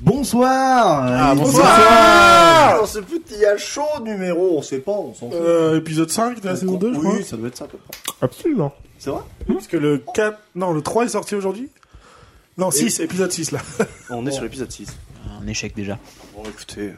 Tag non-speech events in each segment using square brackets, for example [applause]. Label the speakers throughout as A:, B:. A: Bonsoir
B: Ah,
A: Et
B: bonsoir.
A: Dans ce petit chaud numéro, on sait pas, on s'en fout.
B: Euh, épisode 5 de la saison 2,
A: oui,
B: je crois.
A: ça doit être ça à peu près.
B: Absolument.
A: C'est vrai
B: Parce que le 4, non, le 3 est sorti aujourd'hui. Non, 6, épisode 6 là.
A: On est sur l'épisode 6.
C: Un échec déjà.
A: Bon, écoutez...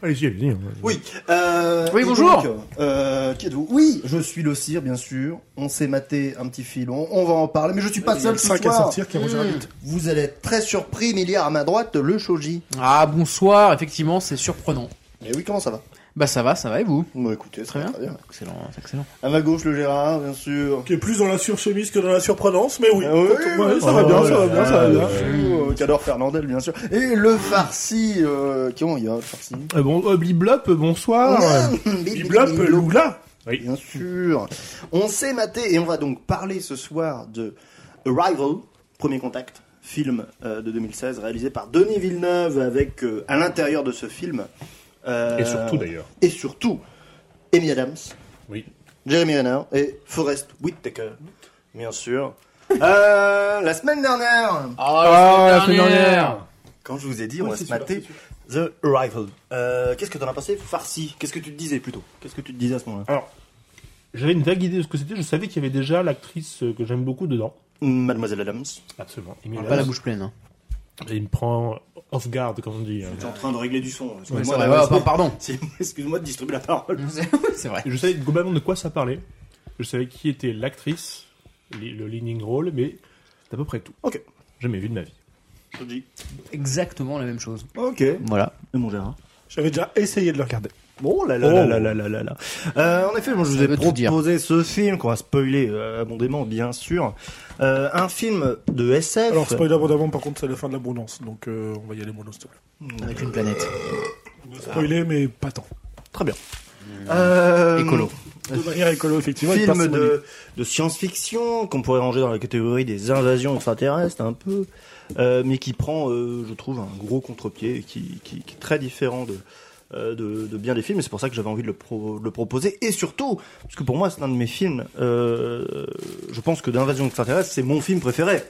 B: Allez-y, allez-y.
A: Oui, euh,
C: Oui,
A: et
C: bonjour.
A: donc, euh, qui êtes-vous Oui, je suis le cire, bien sûr. On s'est maté un petit film, on, on va en parler, mais je suis pas
B: Il y a
A: seul
B: le
A: ce
B: 5 à
A: soir.
B: sortir qui est rangé vite.
A: Vous allez être très surpris, mais il y a à ma droite, le Shoji.
C: Ah bonsoir, effectivement, c'est surprenant.
A: Mais Eh oui, comment ça va
C: Bah ça va, ça va et vous
A: Bon, écoutez, ça
C: Très
A: va
C: bien. Excellent, c'est excellent.
A: À ma gauche, le Gérard, bien sûr.
B: Qui est plus dans la surchemise que dans la surprenance, mais oui.
A: Ah oui,
B: Ouais,
A: oui,
B: ça va
A: oui,
B: bien,
A: oui,
B: ça va
A: oui,
B: bien,
A: oui,
B: ça va
A: oui,
B: bien.
A: oui, oui, Qu'adore euh, Fernandel, bien sûr. Et le farci, euh, qui on y a, le farci
D: Euh, bon, euh, Bliblop, euh,
B: Ah,
D: bonsoir.
A: Ah,
D: Euh,
B: Biblop, Lougla.
A: Bien sûr. On s'est maté et on va donc parler ce soir de Arrival, Premier Contact, film euh, de 2016 réalisé par Denis Villeneuve avec euh, à l'intérieur de ce film. euh,
E: Et surtout d'ailleurs.
A: Et surtout, Amy Adams,
E: Oui.
A: Jeremy Renner et Forrest Whitaker, bien sûr. Euh, la semaine dernière,
C: Ah
D: la semaine dernière.
A: quand je vous ai dit, on
B: Ouais,
A: va
B: c'est
A: se mater The Arrival. Euh, Qu'est-ce que t'en as pensé, Farsi Qu'est-ce que tu te disais plutôt Qu'est-ce que tu te disais à ce moment-là
D: Alors, j'avais une vague idée de ce que c'était. Je savais qu'il y avait déjà l'actrice euh, que j'aime beaucoup dedans.
A: Mademoiselle Adams,
D: Absolument.
B: Ah,
C: Pas la bouche pleine. hein.
D: Il me prend off guard, comme on dit. hein.
A: tu es en train de régler du son.
C: Ouais,
A: excuse-moi
C: [laughs] c'est vrai,
A: d'avoir-
C: ouais, ouais, pardon.
A: C'est- [laughs] Excuse-moi de distribuer la parole.
C: c'est vrai.
D: Et Je savais globalement de quoi ça parlait. Je savais qui était l'actrice, li- le leading role, mais c'est à peu près tout.
A: Ok.
D: Jamais vu de ma vie.
C: Exactement la même chose.
A: Ok. Et
C: Voilà.
A: mon Gérard.
B: J'avais déjà essayé de le regarder.
A: Bon, là, là,
B: Oh.
A: là, là, là, là, là, là. Euh, en effet, moi, je vous
C: Ça
A: ai
C: veut tout dire.
A: proposé ce film qu'on va spoiler euh, abondément, bien sûr. Euh, un film de SF.
B: Alors, spoiler abondamment, par contre, c'est la fin de l'abondance, donc euh, on va y aller mono, s'il te plaît.
C: Avec une planète.
B: Spoiler, mais pas tant.
A: Très bien. Euh,
C: Écolo.
B: De manière écolo, effectivement. il passe
A: Film
B: son
A: de, de science-fiction qu'on pourrait ranger dans la catégorie des invasions extraterrestres, un peu, euh, mais qui prend, euh, je trouve, un gros contre-pied et qui, qui, qui est très différent de, euh, de, de bien des films. Et c'est pour ça que j'avais envie de le, pro- de le proposer. Et surtout, parce que pour moi, c'est un de mes films. euh, je pense que d'invasion extraterrestre, c'est mon film préféré.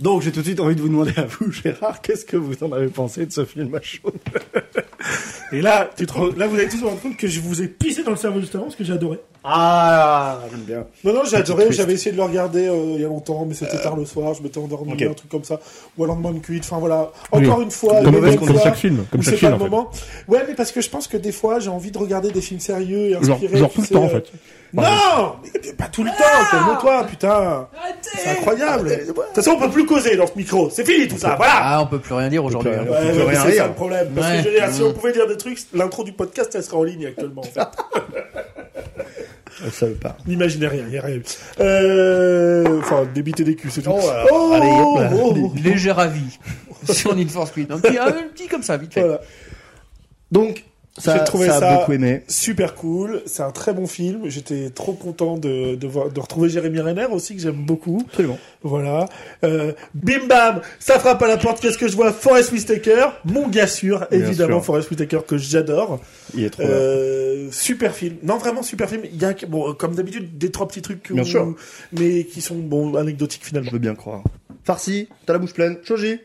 A: Donc j'ai tout de suite envie de vous demander à vous, Gérard, qu'est-ce que vous en avez pensé de ce film à chaud
B: Et là, tu te rends- là, vous allez tous vous rendre compte que je vous ai pissé dans le cerveau juste avant, parce que j'ai adoré.
A: Ah, j'aime bien.
B: Non, non, j'ai adoré,
A: twist.
B: j'avais essayé de le regarder euh, il y a longtemps, mais c'était tard le soir, je m'étais endormi,
A: ok.
B: un truc comme ça, ou un lendemain de cuite, enfin voilà, encore une fois,
D: Comme,
B: les mêmes
D: comme
B: fois,
D: chaque film. Comme
B: où
D: chaque
B: c'est
D: film,
B: pas le
D: en fait.
B: moment. Ouais, mais parce que je pense que des fois, j'ai envie de regarder des films sérieux et
D: Genre,
B: inspirés.
D: genre
B: tu
D: tout le
B: sais,
D: temps, en
B: euh,
D: fait.
B: Non mais Pas tout le temps, calme-toi, putain C'est incroyable De toute façon, on peut plus causer dans ce micro, c'est fini tout ça, voilà
C: Ah on peut plus rien dire aujourd'hui.
A: plus
C: hein.
A: rien.
B: Ouais,
A: peut
B: ouais,
A: rien
B: c'est
A: rire.
B: ça le problème. Parce
C: Ouais.
B: que je veux dire, si
C: Mmh.
B: on pouvait dire des trucs, l'intro du podcast, elle serait en ligne actuellement. En fait.
A: Ça veut pas.
B: N'imaginez rien, il n'y a rien. Euh, Enfin, des bites et des culs, c'est tout.
A: Oh, voilà.
B: Oh,
A: Allez, hop là.
B: oh, oh.
C: [laughs] Légère avis sur Need for Speed. Un petit, un petit comme ça, vite fait.
B: Voilà.
A: Donc, ça,
B: J'ai trouvé
A: ça a
B: ça-
A: beaucoup aimé.
B: Super cool, c'est un très bon film. J'étais trop content de, de, voir, de retrouver Jérémy Renner aussi, que j'aime beaucoup.
A: Absolument.
B: Voilà. Euh, bim bam, ça frappe à la porte. Qu'est-ce que je vois Forrest Whitaker, mon gars sûr,
A: Bien
B: évidemment
A: sûr.
B: Forrest Whitaker que j'adore.
A: Il est trop bien.
B: Euh, super film. Non, vraiment super film. Il y a bon, euh, comme d'habitude des trois petits trucs,
A: Bien sûr.
B: mais qui sont bon anecdotiques finalement.
A: Je veux bien croire. Farsi, t'as la bouche pleine. Shoji.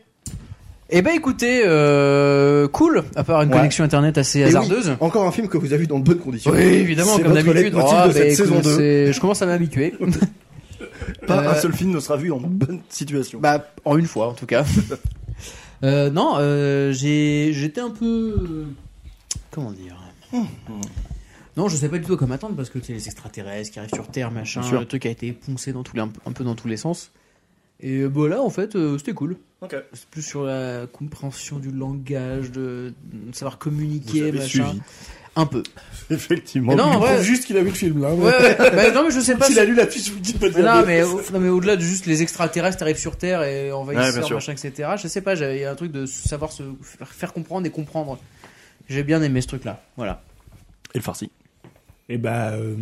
C: Eh ben écoutez, euh, cool, à part une
A: Ouais.
C: connexion internet assez
A: Et oui,
C: hasardeuse.
A: encore un film que vous avez vu dans de bonnes conditions.
C: Eh Oui, évidemment,
A: C'est
C: comme
A: votre Ah,
C: d'habitude.
A: leitmotiv
C: Oh,
A: de cette
C: bah,
A: saison
C: écoute,
A: 2.
C: c'est- Je commence à [laughs] m'habituer.
A: Pas
C: Euh,
A: un seul film ne sera vu en bonne situation.
C: Bah, en une fois, en tout cas. [laughs] Euh, non, euh, j'ai- j'étais un peu. euh, Comment dire Non, je sais pas du tout à quoi m'attendre parce que tu sais, les extraterrestres qui arrivent sur Terre, machin,
A: Bien sûr.
C: le truc a été poncé dans tous les, un, peu dans tous les sens. Et euh, bah là, en fait, euh, c'était cool.
A: Ok.
C: C'est plus sur la compréhension du langage, de, de savoir communiquer,
A: avez
C: machin.
A: suivi.
C: Un peu.
A: Effectivement.
C: Mais non, en
B: Je trouve
C: vrai.
B: juste qu'il a vu le film là. hein.
C: Ouais, ouais, [laughs] bah, non, mais je sais pas.
B: [laughs] S'il a lu la fiche Wikipédia.
C: Non [laughs] mais, au- non, mais au-delà de juste les extraterrestres arrivent sur Terre et envahissent
A: Ouais, bien
C: leur
A: sûr.
C: machin, etc. Je sais pas, j'avais- il y a un truc de savoir se faire, faire comprendre et comprendre. J'ai bien aimé ce truc-là. Voilà.
A: Et le Farsi.
D: Et bah, euh,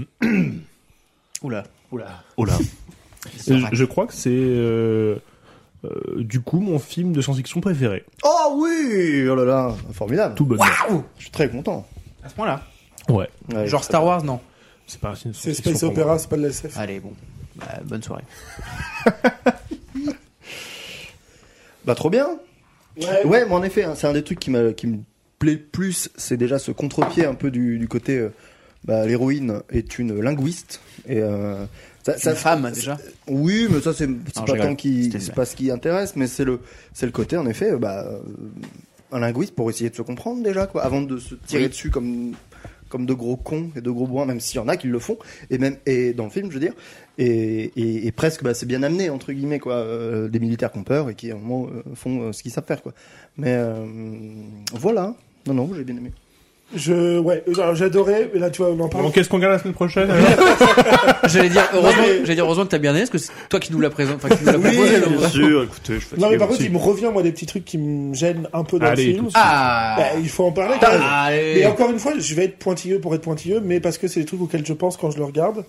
C: Oula.
A: Oh là.
D: je, je crois que c'est euh, euh, du coup mon film de science-fiction préféré.
A: Oh oui Oh là là. Formidable.
D: Tout bon.
A: Je suis très content.
C: À ce point-là.
D: Ouais.
A: Ouais,
C: Genre
A: ça-
C: Star Wars, non.
D: C'est pas un film de
B: C'est
D: science-fiction
B: Space
D: pour moi.
B: Opera, c'est pas de la SF.
C: Allez, bon. Bah, bonne soirée.
A: Bah trop bien.
B: Ouais.
A: Ouais, mais en effet, hein, c'est un des trucs qui, m'a- qui me plaît le plus, c'est déjà ce contre-pied un peu du, du côté. euh, bah, L'héroïne est une linguiste. Et, euh, ça,
C: Sa
A: ça,
C: femme, déjà.
A: oui, mais ça c'est
C: Non,
A: c'est
C: je
A: pas
C: rigole.
A: tant
C: C'était
A: qui
C: une
A: c'est
C: blague.
A: pas ce qui intéresse, mais c'est le c'est le côté en effet euh, bah euh, un linguiste pour essayer de se comprendre déjà quoi, avant de se tirer
C: Oui.
A: dessus comme comme de gros cons et de gros bois, même s'il y en a qui le font et même et dans le film je veux dire et, et, et presque bah, c'est bien amené entre guillemets quoi euh, des militaires qui ont peur et qui à un moment euh, font euh, ce qu'ils savent faire quoi. Mais euh, voilà. Non, non, j'ai bien aimé.
B: Je, ouais, euh, alors, j'adorais, mais là, tu vois, on en parle.
D: Bon, qu'est-ce qu'on garde la semaine prochaine alors
A: [laughs]
C: J'allais dire, heureusement,
B: mais-
C: j'allais dire heureusement que t'as bien aimé, parce que c'est toi qui nous l'as présenté. Enfin, qui nous l'a
B: Oui,
C: proposé.
D: [laughs]
C: donc.
A: sûr, écoutez, je fais
B: Non, mais par contre, il me revient, moi, des petits trucs qui me gênent un peu dans
D: Allez,
B: le
D: tout
B: film.
D: de suite.
C: Ah!
B: Bah, il faut en parler. quand même.
C: Allez.
B: Et encore une fois, je vais être pointilleux pour être pointilleux, mais parce que c'est des trucs auxquels je pense quand je le regarde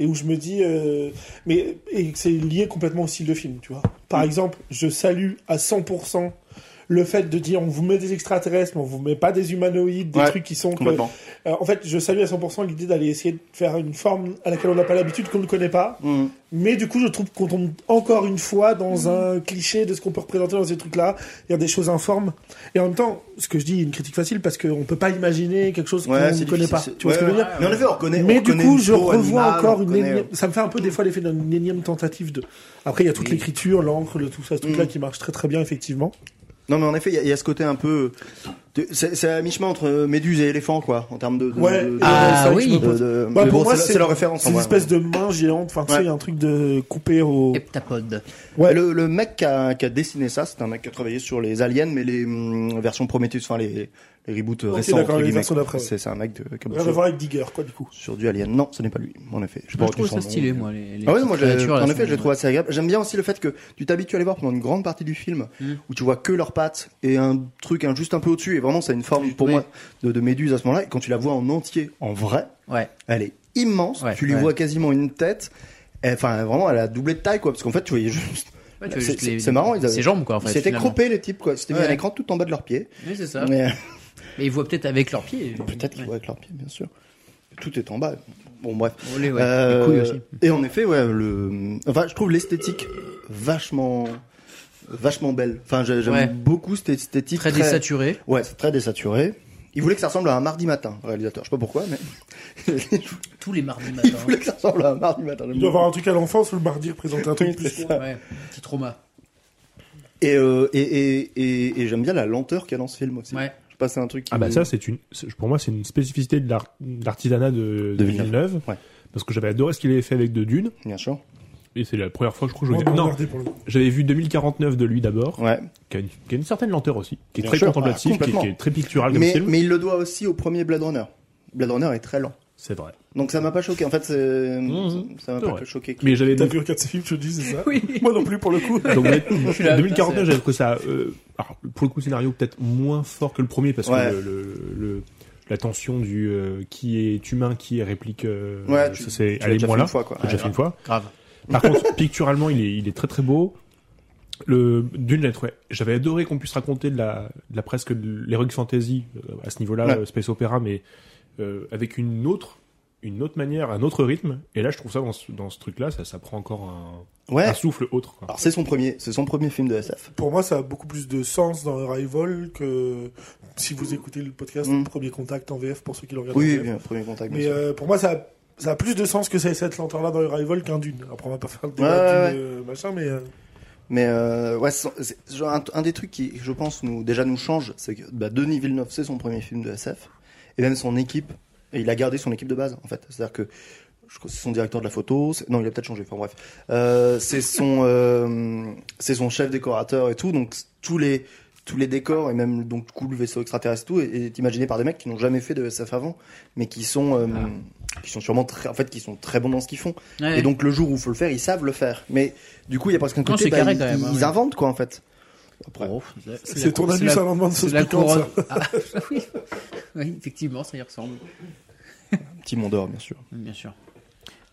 B: et où je me dis, euh, mais et que c'est lié complètement au style de film, tu vois. Par exemple, je salue à 100% le fait de dire on vous met des extraterrestres, mais on vous met pas des humanoïdes, des
A: Ouais,
B: trucs qui sont que-
A: complètement.
B: Euh, en fait, je salue à 100% l'idée d'aller essayer de faire une forme à laquelle on n'a pas l'habitude, qu'on ne connaît pas.
A: Mm.
B: Mais du coup, je trouve qu'on tombe encore une fois dans un cliché de ce qu'on peut représenter dans ces trucs-là. Il y a des choses informes. Et en même temps, ce que je dis est une critique facile parce qu'on ne peut pas imaginer quelque chose qu'on ne
A: c'est
B: connaît
A: difficile,
B: pas.
A: c'est-
B: Tu vois ce que je veux
A: ouais,
B: dire
A: ouais. Mais en effet, on reconnaît.
B: mais
A: on
B: du
A: reconnaît
B: coup,
A: une
B: je
A: peau
B: revois
A: animale,
B: encore
A: on euh,
B: une
A: reconnaît-
B: énième... Ça me fait un peu des fois l'effet d'une énième tentative de... Après, il y a toute
C: Oui.
B: l'écriture, l'encre, le- tout ça, ce truc-là
A: Mm.
B: qui marche très très bien, effectivement.
A: Non, mais en effet, il y a- il y, a ce côté un peu. de- C'est c'est à mi-chemin entre euh, Méduse et éléphant, quoi, en termes de. de-
B: Ouais,
A: de- de-
C: Ah
B: Euh, c'est vrai que
C: oui.
B: je me
A: de-
B: pose-
A: de-
B: Bah,
A: mais
B: pour
A: bon,
B: moi,
A: c'est la-
B: c'est-
A: c'est leur référence.
B: C'est
A: en
B: une
A: vrai.
B: espèce de main géante, enfin, tu sais,
A: Ouais.
B: il y a un truc de coupé au...
C: Heptapode.
B: Ouais.
A: Le, le mec qui a, qui a dessiné ça, c'est un mec qui a travaillé sur les aliens, mais les hum, versions Prometheus, enfin les, les reboots
B: Ok,
A: récents.
B: d'accord,
A: entre
B: les
A: guillemets,
B: versions
A: quoi.
B: d'après, ouais.
A: C'est c'est un mec de, qui a
B: Rien
A: bossé
B: à voir avec Digger, quoi, du coup.
A: sur du alien. Non, ce n'est pas lui, en effet.
C: Je
A: pas
C: trouve
A: retenu
C: ça
A: son nom.
C: stylé, moi, les, les
A: Ah ouais, moi,
C: petites
A: j'ai-
C: créatures, là,
A: en
C: sont-
A: effet, je l'ai trouvé assez agréable. J'aime bien aussi le fait que tu t'habitues à les voir pendant une grande partie du film
C: Mm.
A: où tu vois que leurs pattes et un truc hein, juste un peu au-dessus. Et vraiment, c'est une forme pour
C: Oui.
A: moi de, de méduse à ce moment-là. Et quand tu la vois en entier, en vrai,
C: Ouais.
A: elle est immense.
C: Ouais,
A: tu lui
C: ouais.
A: vois quasiment une tête. Et, Enfin, vraiment, elle a doublé de taille, quoi. Parce qu'en fait, tu voyais juste.
C: Ouais, tu
A: C'est-
C: vois juste
A: c'est-
C: les-
A: c'est marrant, ils avaient-
C: Ses jambes, quoi, [laughs] en fait.
A: C'était
C: finalement.
A: croppé, les types, quoi. C'était mis
C: Ouais.
A: un écran tout en bas de leurs pieds.
C: Oui, c'est ça.
A: Mais, euh,
C: Mais ils voient peut-être avec leurs pieds.
A: Peut-être qu'ils
C: Ouais.
A: voient avec leurs pieds, bien sûr. Tout est en bas. Bon, bref.
C: Oh, les- ouais.
A: Euh,
C: Les couilles aussi.
A: Et en effet, ouais, le, enfin, je trouve l'esthétique vachement, vachement belle. Enfin, j'ai- j'aime
C: Ouais.
A: beaucoup cette esthétique.
C: Très, désaturé.
A: Ouais, c'est très désaturé. Il voulait que ça ressemble à un mardi matin, le réalisateur. Je sais pas pourquoi, mais [laughs] il
C: Tous les mardis
A: [laughs]
C: matin.
A: voulait que ça ressemble à un mardi matin.
B: Il doit avoir un truc à l'enfance où le mardi représente un truc
A: Oui,
B: plus.
A: c'est
B: gros.
A: ça.
C: Ouais. Petit trauma.
A: Et, euh, et, et, et, et j'aime bien la lenteur qu'il y a dans ce film aussi.
C: Ouais.
A: Je sais pas, c'est un truc. qui
D: Ah bah
A: me-
D: ça c'est une c'est- pour moi c'est une spécificité de l'art- de l'artisanat de, de
A: De Villeneuve.
D: Villeneuve
A: Ouais.
D: parce que j'avais adoré ce qu'il avait fait avec De Dune
A: Bien sûr.
D: et c'est la première fois que je crois que
B: Bon,
D: je voyais-
B: bon,
D: non
B: regardez pour le coup.
D: j'avais vu 2049 de lui d'abord
A: Ouais.
D: qui, a une- qui a une certaine lenteur aussi qui est
A: Bien
D: très
A: sûr. Ah,
D: contemplative qui, est- qui est
A: complètement.
D: très picturale comme
A: Mais,
D: film
A: mais il le doit aussi au premier Blade Runner. Blade Runner est très lent.
D: c'est vrai
A: Donc ça m'a pas choqué. En fait, c'est-
D: Mhm.
A: ça m'a
D: C'est
A: pas
D: vrai.
A: choqué.
D: mais j'avais
B: T'as
D: donc,
B: vu un 4 films, je te dis, c'est ça
C: Oui.
B: Moi non plus, pour le coup.
D: [laughs] donc,
A: [laughs]
C: suis là,
D: 2049
C: c'est-
D: j'avais trouvé ça euh, alors, pour le coup scénario peut-être moins fort que le premier parce
A: Ouais.
D: que le, le- le- la tension du euh, qui est humain qui est réplique euh,
A: Ouais, tu-
D: ça c'est
A: tu l'as
D: allez
A: déjà
D: moi
A: fait
D: là
A: une fois, quoi.
D: j'ai déjà
A: Ouais,
D: fait une fois
C: Grave.
D: Par contre, picturalement, il est, il est très très beau. Le Dune, j'avais trouvé- j'avais adoré qu'on puisse raconter de la, de la presque de l'heroic fantasy euh, à ce niveau-là,
A: Ouais.
D: euh, space opéra, mais euh, avec une autre, une autre manière, un autre rythme. Et là, je trouve ça dans ce, dans ce truc-là, ça, ça prend encore un,
A: Ouais.
D: un souffle autre. quoi.
A: Ah, Alors c'est son premier, c'est son premier film de SF.
B: Pour moi, ça a beaucoup plus de sens dans Arrival que si vous écoutez le podcast
A: Mm.
B: Premier Contact en VF pour ceux qui le regardent. en
A: Oui,
B: VF.
A: bien, premier contact. bien
B: Mais
A: sûr.
B: euh, pour moi, ça a, ça a plus de sens que ça ait cette lenteur-là dans Arrival qu'un Dune. Après, on va pas faire le
A: Ouais,
B: débat
A: ouais,
B: Dune, euh, machin, mais euh,
A: Mais euh, ouais, c'est- c'est- genre, un, un des trucs qui, je pense, nous déjà nous change, c'est que bah, Denis Villeneuve, c'est son premier film de SF, et même son équipe, et il a gardé son équipe de base en fait. C'est-à-dire que je crois que c'est son directeur de la photo, c'est- non, il a peut-être changé. Enfin bref, euh, c'est son, euh, c'est son chef décorateur et tout. Donc tous les tous les décors et même donc du coup le vaisseau extraterrestre et tout est, est imaginé par des mecs qui n'ont jamais fait de SF avant, mais qui sont euh,
B: Ah.
A: qui sont sûrement très, en fait qui sont très bons dans ce qu'ils font.
C: Ouais.
A: Et donc le jour où il faut le faire, ils savent le faire. Mais du coup, il y a presque un
C: Non,
A: côté, bah,
C: c'est carré
A: ils,
C: quand même, hein,
A: ils
C: ouais.
A: inventent quoi en fait. Après.
C: Oh,
B: c'est ton
C: ami
B: anus à l'endemain de
C: C'est
B: sauce
C: la
B: piquante,
C: couronne.
B: ça.
C: Ah, [laughs] oui. oui, effectivement, ça y ressemble.
A: Petit monde d'or, bien sûr.
C: Mm, Bien sûr.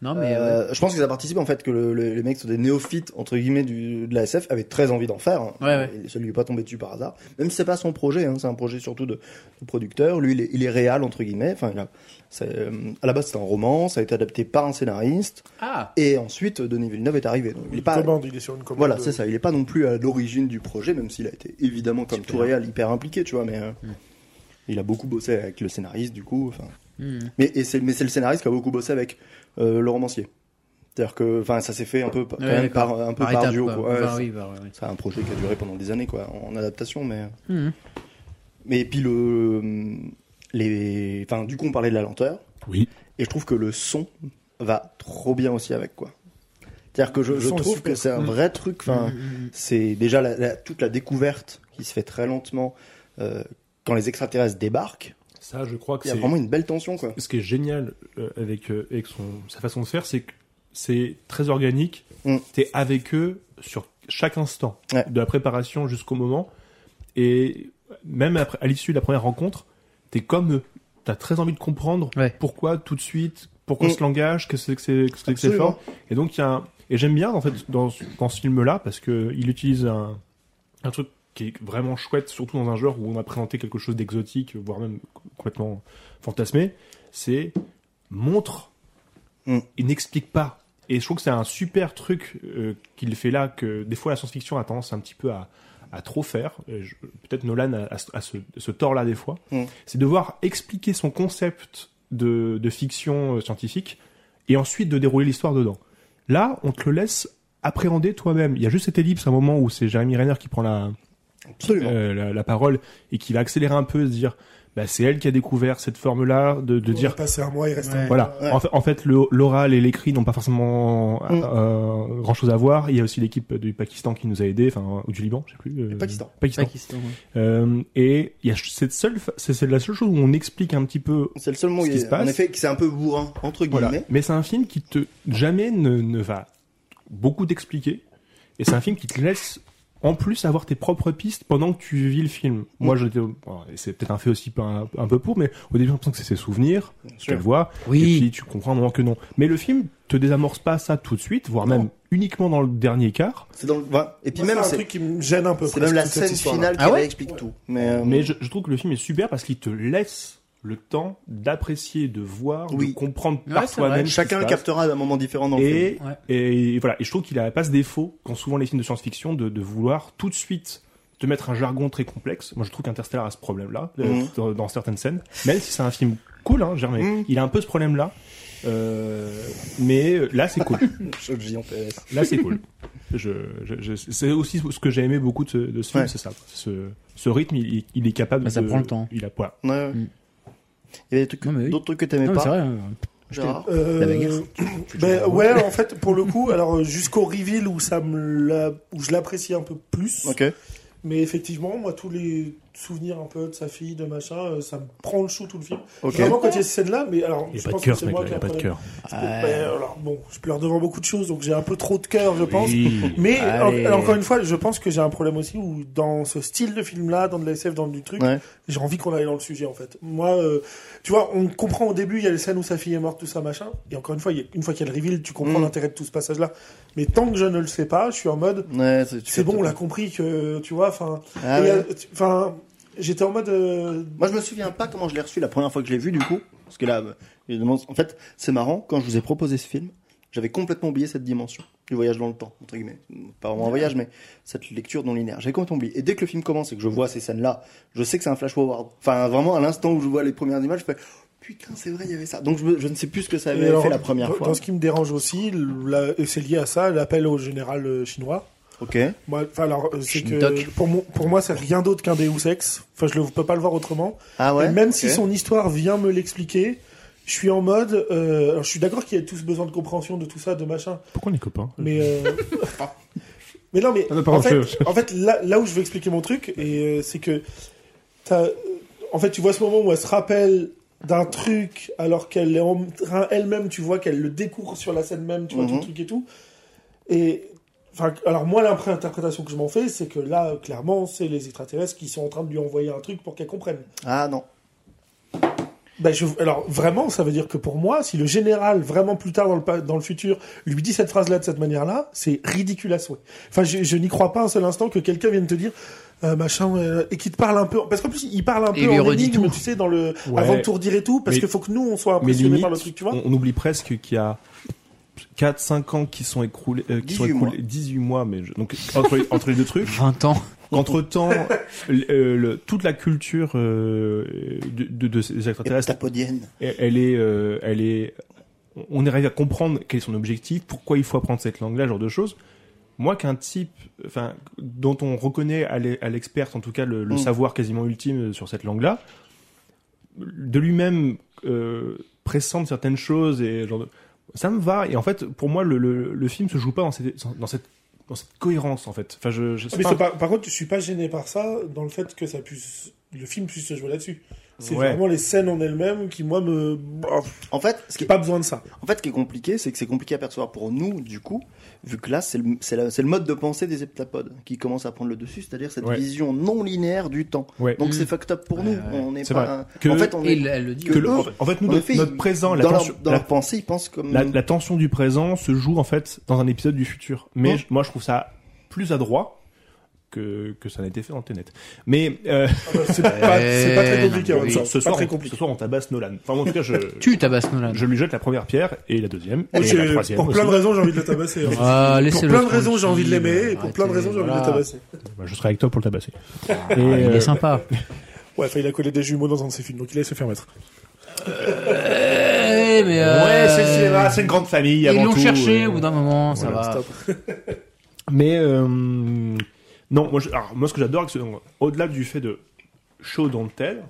C: Non, mais. ouais.
A: Euh, Je pense que ça participe en fait que le- le- les mecs sont des néophytes entre guillemets du, de la SF avaient très envie d'en faire. hein.
C: Ouais, ouais.
A: Et ça lui est pas tombé dessus par hasard. Même si c'est pas son projet, hein, c'est un projet surtout de, de producteur. Lui, il est, il est réal entre guillemets. Enfin, il a- c'est, euh, à la base c'était un roman, ça a été adapté par un scénariste.
C: Ah
A: Et ensuite, Denis Villeneuve est arrivé. Donc, il est pas,
B: commande, il est sur une commande. euh,
A: voilà, c'est ça. Il est pas non plus à l'origine du projet, même s'il a été évidemment comme tout réel hyper impliqué, tu vois. Mais euh,
C: Mm.
A: il a beaucoup bossé avec le scénariste du coup. Enfin.
C: Hmm.
A: Mais et c'est mais c'est le scénariste qui a beaucoup bossé avec euh, le romancier. C'est-à-dire que enfin ça s'est fait un peu par- quand
C: Ouais,
A: même par
C: d'accord.
A: un peu par,
C: étapes,
A: duo
C: quoi.
A: quoi. Ouais,
C: Enfin,
A: c'est-
C: oui, bah, par- oui.
A: C'est un projet qui a duré pendant des années quoi en adaptation mais
C: Hmm.
A: mais puis le les enfin du coup on parlait de la lenteur
D: Oui.
A: et je trouve que le son va trop bien aussi avec quoi. C'est-à-dire que je,
B: Le
A: je
B: son est
A: trouve
B: super.
A: que c'est un
C: Mm.
A: vrai truc enfin c'est déjà la- la- toute la découverte qui se fait très lentement euh, quand les extraterrestres débarquent,
D: Ça, je crois que
A: il y a
D: c'est.
A: vraiment une belle tension quoi.
D: Ce qui est génial euh, avec, euh, avec son, sa façon de faire, c'est que c'est très organique.
A: Mm.
D: T'es avec eux sur chaque instant,
A: Ouais.
D: de la préparation jusqu'au moment. Et même après, à l'issue de la première rencontre, t'es comme eux. T'as très envie de comprendre
C: Ouais.
D: pourquoi tout de suite, pourquoi
A: Mm.
D: ce langage, que c'est que c'est que c'est que c'est
A: Absolument.
D: fort. Et donc, il y a un- Et j'aime bien, en fait, dans, ce- dans ce film-là, parce que il utilise un, un truc qui est vraiment chouette, surtout dans un genre où on a présenté quelque chose d'exotique, voire même complètement fantasmé, c'est montre
A: Mm.
D: il n'explique pas. Et je trouve que c'est un super truc euh, qu'il fait là, que des fois la science-fiction a tendance un petit peu à, à trop faire. Et je- Peut-être Nolan a, a ce- a ce, ce tort-là des fois.
A: Mm.
D: C'est devoir expliquer son concept de, de fiction euh, scientifique et ensuite de dérouler l'histoire dedans. Là, on te le laisse appréhender toi-même. Il y a juste cette ellipse à un moment où c'est Jeremy Renner qui prend la,
A: Absolument.
D: euh, la, la parole et qui va accélérer un peu, se dire, bah, c'est elle qui a découvert cette forme-là, de, de dire,
B: Passer un mois, il reste
C: Ouais.
B: un mois.
D: voilà.
A: Ouais.
D: En, fait, en fait, le- l'oral et l'écrit n'ont pas forcément
A: Mm.
D: grand chose à voir. Il y a aussi l'équipe du Pakistan qui nous a aidés, enfin, ou du Liban, je sais plus. euh,
A: Le Pakistan.
D: Pakistan.
C: Pakistan, ouais.
D: Euh, et il y a ch- cette seule, fa- c'est c'est la seule chose où on explique un petit peu.
A: C'est le seul moment où
D: Ce
A: il
D: qui
A: y
D: se
A: a,
D: passe.
A: en effet, que c'est un peu bourrin, entre guillemets.
D: Voilà. Mais c'est un film qui te jamais ne, ne va beaucoup t'expliquer. Et c'est un film qui te laisse en plus avoir tes propres pistes pendant que tu vis le film. Moi, j'étais, bon, et c'est peut-être un fait aussi un, un peu pour, mais au début, j'ai l'impression que c'est ses souvenirs. Tu le vois. Et
C: Oui.
D: puis tu comprends un moment que non. Mais le film te désamorce pas ça tout de suite, voire
A: Non.
D: même uniquement dans le dernier quart.
A: C'est dans le... ouais. Et puis
B: Moi,
A: même,
B: c'est un
A: c'est
B: truc qui me gêne un peu.
A: c'est
B: presque,
A: même la
B: toute cette
A: scène
B: histoire-là.
A: finale qui
C: Ah ouais
A: réexplique tout. Mais, euh,
D: Mais je, je trouve que le film est super parce qu'il te laisse le temps d'apprécier, de voir,
A: Oui.
D: de comprendre
C: Ouais,
D: par
C: c'est
D: toi-même.
C: vrai.
D: ce qui
A: chacun
D: se passe.
A: captera d'un moment différent dans le film.
D: Et,
C: Ouais.
D: et voilà. Et je trouve qu'il a pas ce défaut qu'ont souvent les films de science-fiction de, de vouloir tout de suite te mettre un jargon très complexe. Moi, je trouve qu'Interstellar a ce problème-là euh,
A: Mhm.
D: dans, dans certaines scènes. Même si c'est un film cool, hein, Germain.
A: Mhm.
D: Il a un peu ce problème-là. Euh, mais là, c'est
A: [laughs]
D: cool.
A: Choc géant PS.
D: Là, c'est cool. Je, je- je- c'est aussi ce que j'ai aimé beaucoup de, ce- de ce film,
A: Ouais.
D: c'est ça. Ce, ce rythme, il, il est capable
C: Bah, ça
D: de-
C: prend le temps.
D: Il a, voilà.
A: Ouais, ouais.
C: Mm.
A: Il y avait des trucs-
C: Non, mais oui.
A: d'autres trucs que t'aimais
C: Non, mais c'est
A: pas.
C: vrai. hein.
A: Gérard
B: Euh,
C: La bagarre.
B: ben, ouais, en fait, pour le coup, alors euh, jusqu'au reveal où ça me l'a- où je l'apprécie un peu plus,
A: Ok.
B: mais effectivement, moi, tous les souvenirs un peu de sa fille, de machin, euh, ça me prend le chou tout le film.
A: Ok.
B: Vraiment, quand il y a cette scène-là, mais alors,
D: Il n'y
B: je
D: a pas de
B: pense
D: cœur,
B: que
D: ce
B: c'est moi
D: mec-là, il
B: qui
D: n'y a
B: ai
D: pas de cœur.
B: Ben, alors, bon, je pleure devant beaucoup de choses, donc j'ai un peu trop de cœur, je pense. Mais en-
C: Allez.
B: alors, encore une fois, je pense que j'ai un problème aussi où dans ce style de film-là, dans de la SF, dans du truc,
A: Ouais.
B: j'ai envie qu'on aille dans le sujet en fait. Moi, euh, tu vois, on comprend au début, il y a les scènes où sa fille est morte, tout ça machin. Et encore une fois, il y a- une fois qu'il y a le reveal, tu comprends
A: Mm.
B: l'intérêt de tout ce passage-là. Mais tant que je ne le sais pas, je suis en mode,
A: Ouais, tu
B: c'est
A: captes
B: bon, on
A: pas.
B: l'a compris que, tu vois, enfin,
A: Ah
B: et,
A: ouais.
B: euh, tu- enfin, j'étais en mode, euh,
A: Moi, je me souviens pas comment je l'ai reçu la première fois que je l'ai vu, du coup. Parce que là, euh, évidemment, en fait, c'est marrant. Quand je vous ai proposé ce film, j'avais complètement oublié cette dimension du voyage dans le temps, entre guillemets. Pas vraiment un voyage, mais cette lecture non linéaire. J'avais complètement oublié. Et dès que le film commence et que je vois ces scènes-là, je sais que c'est un flash forward. Enfin, vraiment, à l'instant où je vois les premières images, je fais putain, c'est vrai, il y avait ça. Donc, je, me- je ne sais plus ce que ça
B: et
A: avait
B: alors,
A: fait la première
B: dans-
A: fois.
B: Dans ce qui me dérange aussi, la- et c'est lié à ça, l'appel au général euh, chinois.
A: Ok.
B: Moi, enfin, alors, euh, c'est
A: Shintok.
B: que pour, mon- pour moi, c'est rien d'autre qu'un Deus Ex. Enfin, je ne peux pas le voir autrement.
A: Ah ouais.
B: Et même
A: ok.
B: si son histoire vient me l'expliquer, je suis en mode. euh, alors je suis d'accord qu'il y a tous besoin de compréhension de tout ça, de machin.
D: Pourquoi on est copains
B: Mais. euh, mais non, mais.
D: Ah non, pardon,
B: en fait,
D: je- je-
B: en fait, là, là où je veux expliquer mon truc, et euh, c'est que. t'as, euh, en fait, tu vois ce moment où elle se rappelle d'un truc alors qu'elle est en train elle-même, tu vois qu'elle le découvre sur la scène même, tu vois tout
A: Mhm.
B: le truc et tout. Et enfin, alors moi l'interprétation que je m'en fais, c'est que là clairement, c'est les extraterrestres qui sont en train de lui envoyer un truc pour qu'elle comprenne.
A: Ah non.
B: Bah, je- alors vraiment, ça veut dire que pour moi, si le général vraiment plus tard dans le pa- dans le futur lui dit cette phrase-là de cette manière-là, c'est ridicule à souhait. Enfin, je, je n'y crois pas un seul instant que quelqu'un vienne te dire euh, machin euh, et qu'il te parle un peu, parce qu'en plus il parle un
C: Et
B: peu
C: lui
B: en
C: redit
B: énigme,
C: tout.
B: tu sais, dans le
D: Ouais.
B: avant de tout redire et tout, parce
D: Mais-
B: qu'il faut que nous on soit
D: Mais
B: impressionnés
D: limite,
B: par le truc, tu vois. Ah,
D: on, on oublie presque qu'il y a 4 5 ans qui sont écroulés euh, qui sont
A: 18
D: écroulés 18 mois mais je- donc entre les, entre les deux
B: [laughs]
D: trucs
C: 20 ans.
D: entre temps toute la culture euh, de, de, de ces extraterrestres
A: Tapodienne.
D: elle, elle est, euh, elle est, on arrive à comprendre quel est son objectif, pourquoi il faut apprendre cette langue-là, ce genre de choses. Moi, qu'un type, enfin, dont on reconnaît à l'e- à l'expert, en tout cas, le, le
A: Mm.
D: savoir quasiment ultime euh, sur cette langue-là, de lui-même euh, pressente certaines choses et genre, de- ça me va. Et en fait, pour moi, le, le, le film se joue pas dans cette, dans cette, dans cette cohérence, en fait. Enfin, je,
A: Ah,
D: je sais
B: Mais
D: pas.
B: c'est pas- par contre, je suis pas gêné par ça, dans le fait que ça puisse, le film puisse se jouer là-dessus. C'est
D: Ouais.
B: vraiment les scènes en elles-mêmes qui, moi, me, oh,
A: En fait, ce qui est
B: pas besoin de ça. Ah,
A: En fait, ce qui est compliqué, c'est que c'est compliqué à percevoir pour nous, du coup, vu que là, c'est le, c'est la- c'est le mode de pensée des heptapodes qui commence à prendre le dessus, c'est-à-dire cette
D: Ouais. mmh.
A: vision non linéaire du temps.
D: Ouais.
A: Donc
C: Mm.
A: c'est fucked up pour
C: Ouais,
A: nous.
C: ouais.
A: On n'est
D: C'est
A: pas.
D: vrai.
A: un-
D: Que-
A: En fait, on
C: Et
A: est.
C: elle, elle le dit.
A: que
D: Que le- en
A: eux,
D: fait- en fait, nous,
A: euh, en
D: notre,
A: effet,
D: notre
A: ils-
D: présent, la
A: dans,
D: tension-
A: leur, dans
D: la-
A: leur pensée, ils pensent comme.
D: la, la tension du présent se joue en fait dans un épisode du futur. Mais
A: Mm.
D: je- moi, je trouve ça plus adroit que, que ça n'a été fait dans Tenet. Mais euh, [laughs]
B: bah, C'est pas, c'est pas très
C: non,
B: compliqué, en
C: mais
B: même
C: oui.
B: temps.
D: Eh, ce,
B: Pas
D: soir,
B: très
D: on,
B: compliqué.
D: ce soir, on tabasse Nolan. Enfin, en tout cas, [laughs] je,
C: Tu tabasses Nolan.
D: je lui jette la première pierre et la deuxième et
B: Moi, j'ai-
D: la troisième.
B: pour plein de
D: aussi.
B: raisons, j'ai envie de
D: [laughs]
B: le tabasser. hein.
C: Ah,
B: pour
C: laissez-le
B: plein de raisons, j'ai
C: tranquille,
B: envie de l'aimer, et pour
C: arrêtez,
B: plein de raisons, j'ai envie de le
C: voilà.
B: tabasser.
D: Bah, je serai avec toi pour le tabasser.
C: Ah,
D: Et,
C: il
D: euh,
C: est sympa.
B: Ouais, enfin, il a collé des jumeaux dans un de ses films, donc il allait se faire mettre.
C: Eh, mais
D: Ouais, c'est le
C: euh,
D: cinéma, c'est une grande famille.
C: Ils
D: avant
C: l'ont
D: tout,
C: cherché
D: euh,
C: au bout d'un moment, ça
D: voilà,
C: va.
B: stop.
D: Mais euh, non, moi, je- alors, moi, ce que j'adore, c'est- donc, au-delà du fait de chaud dans le tel,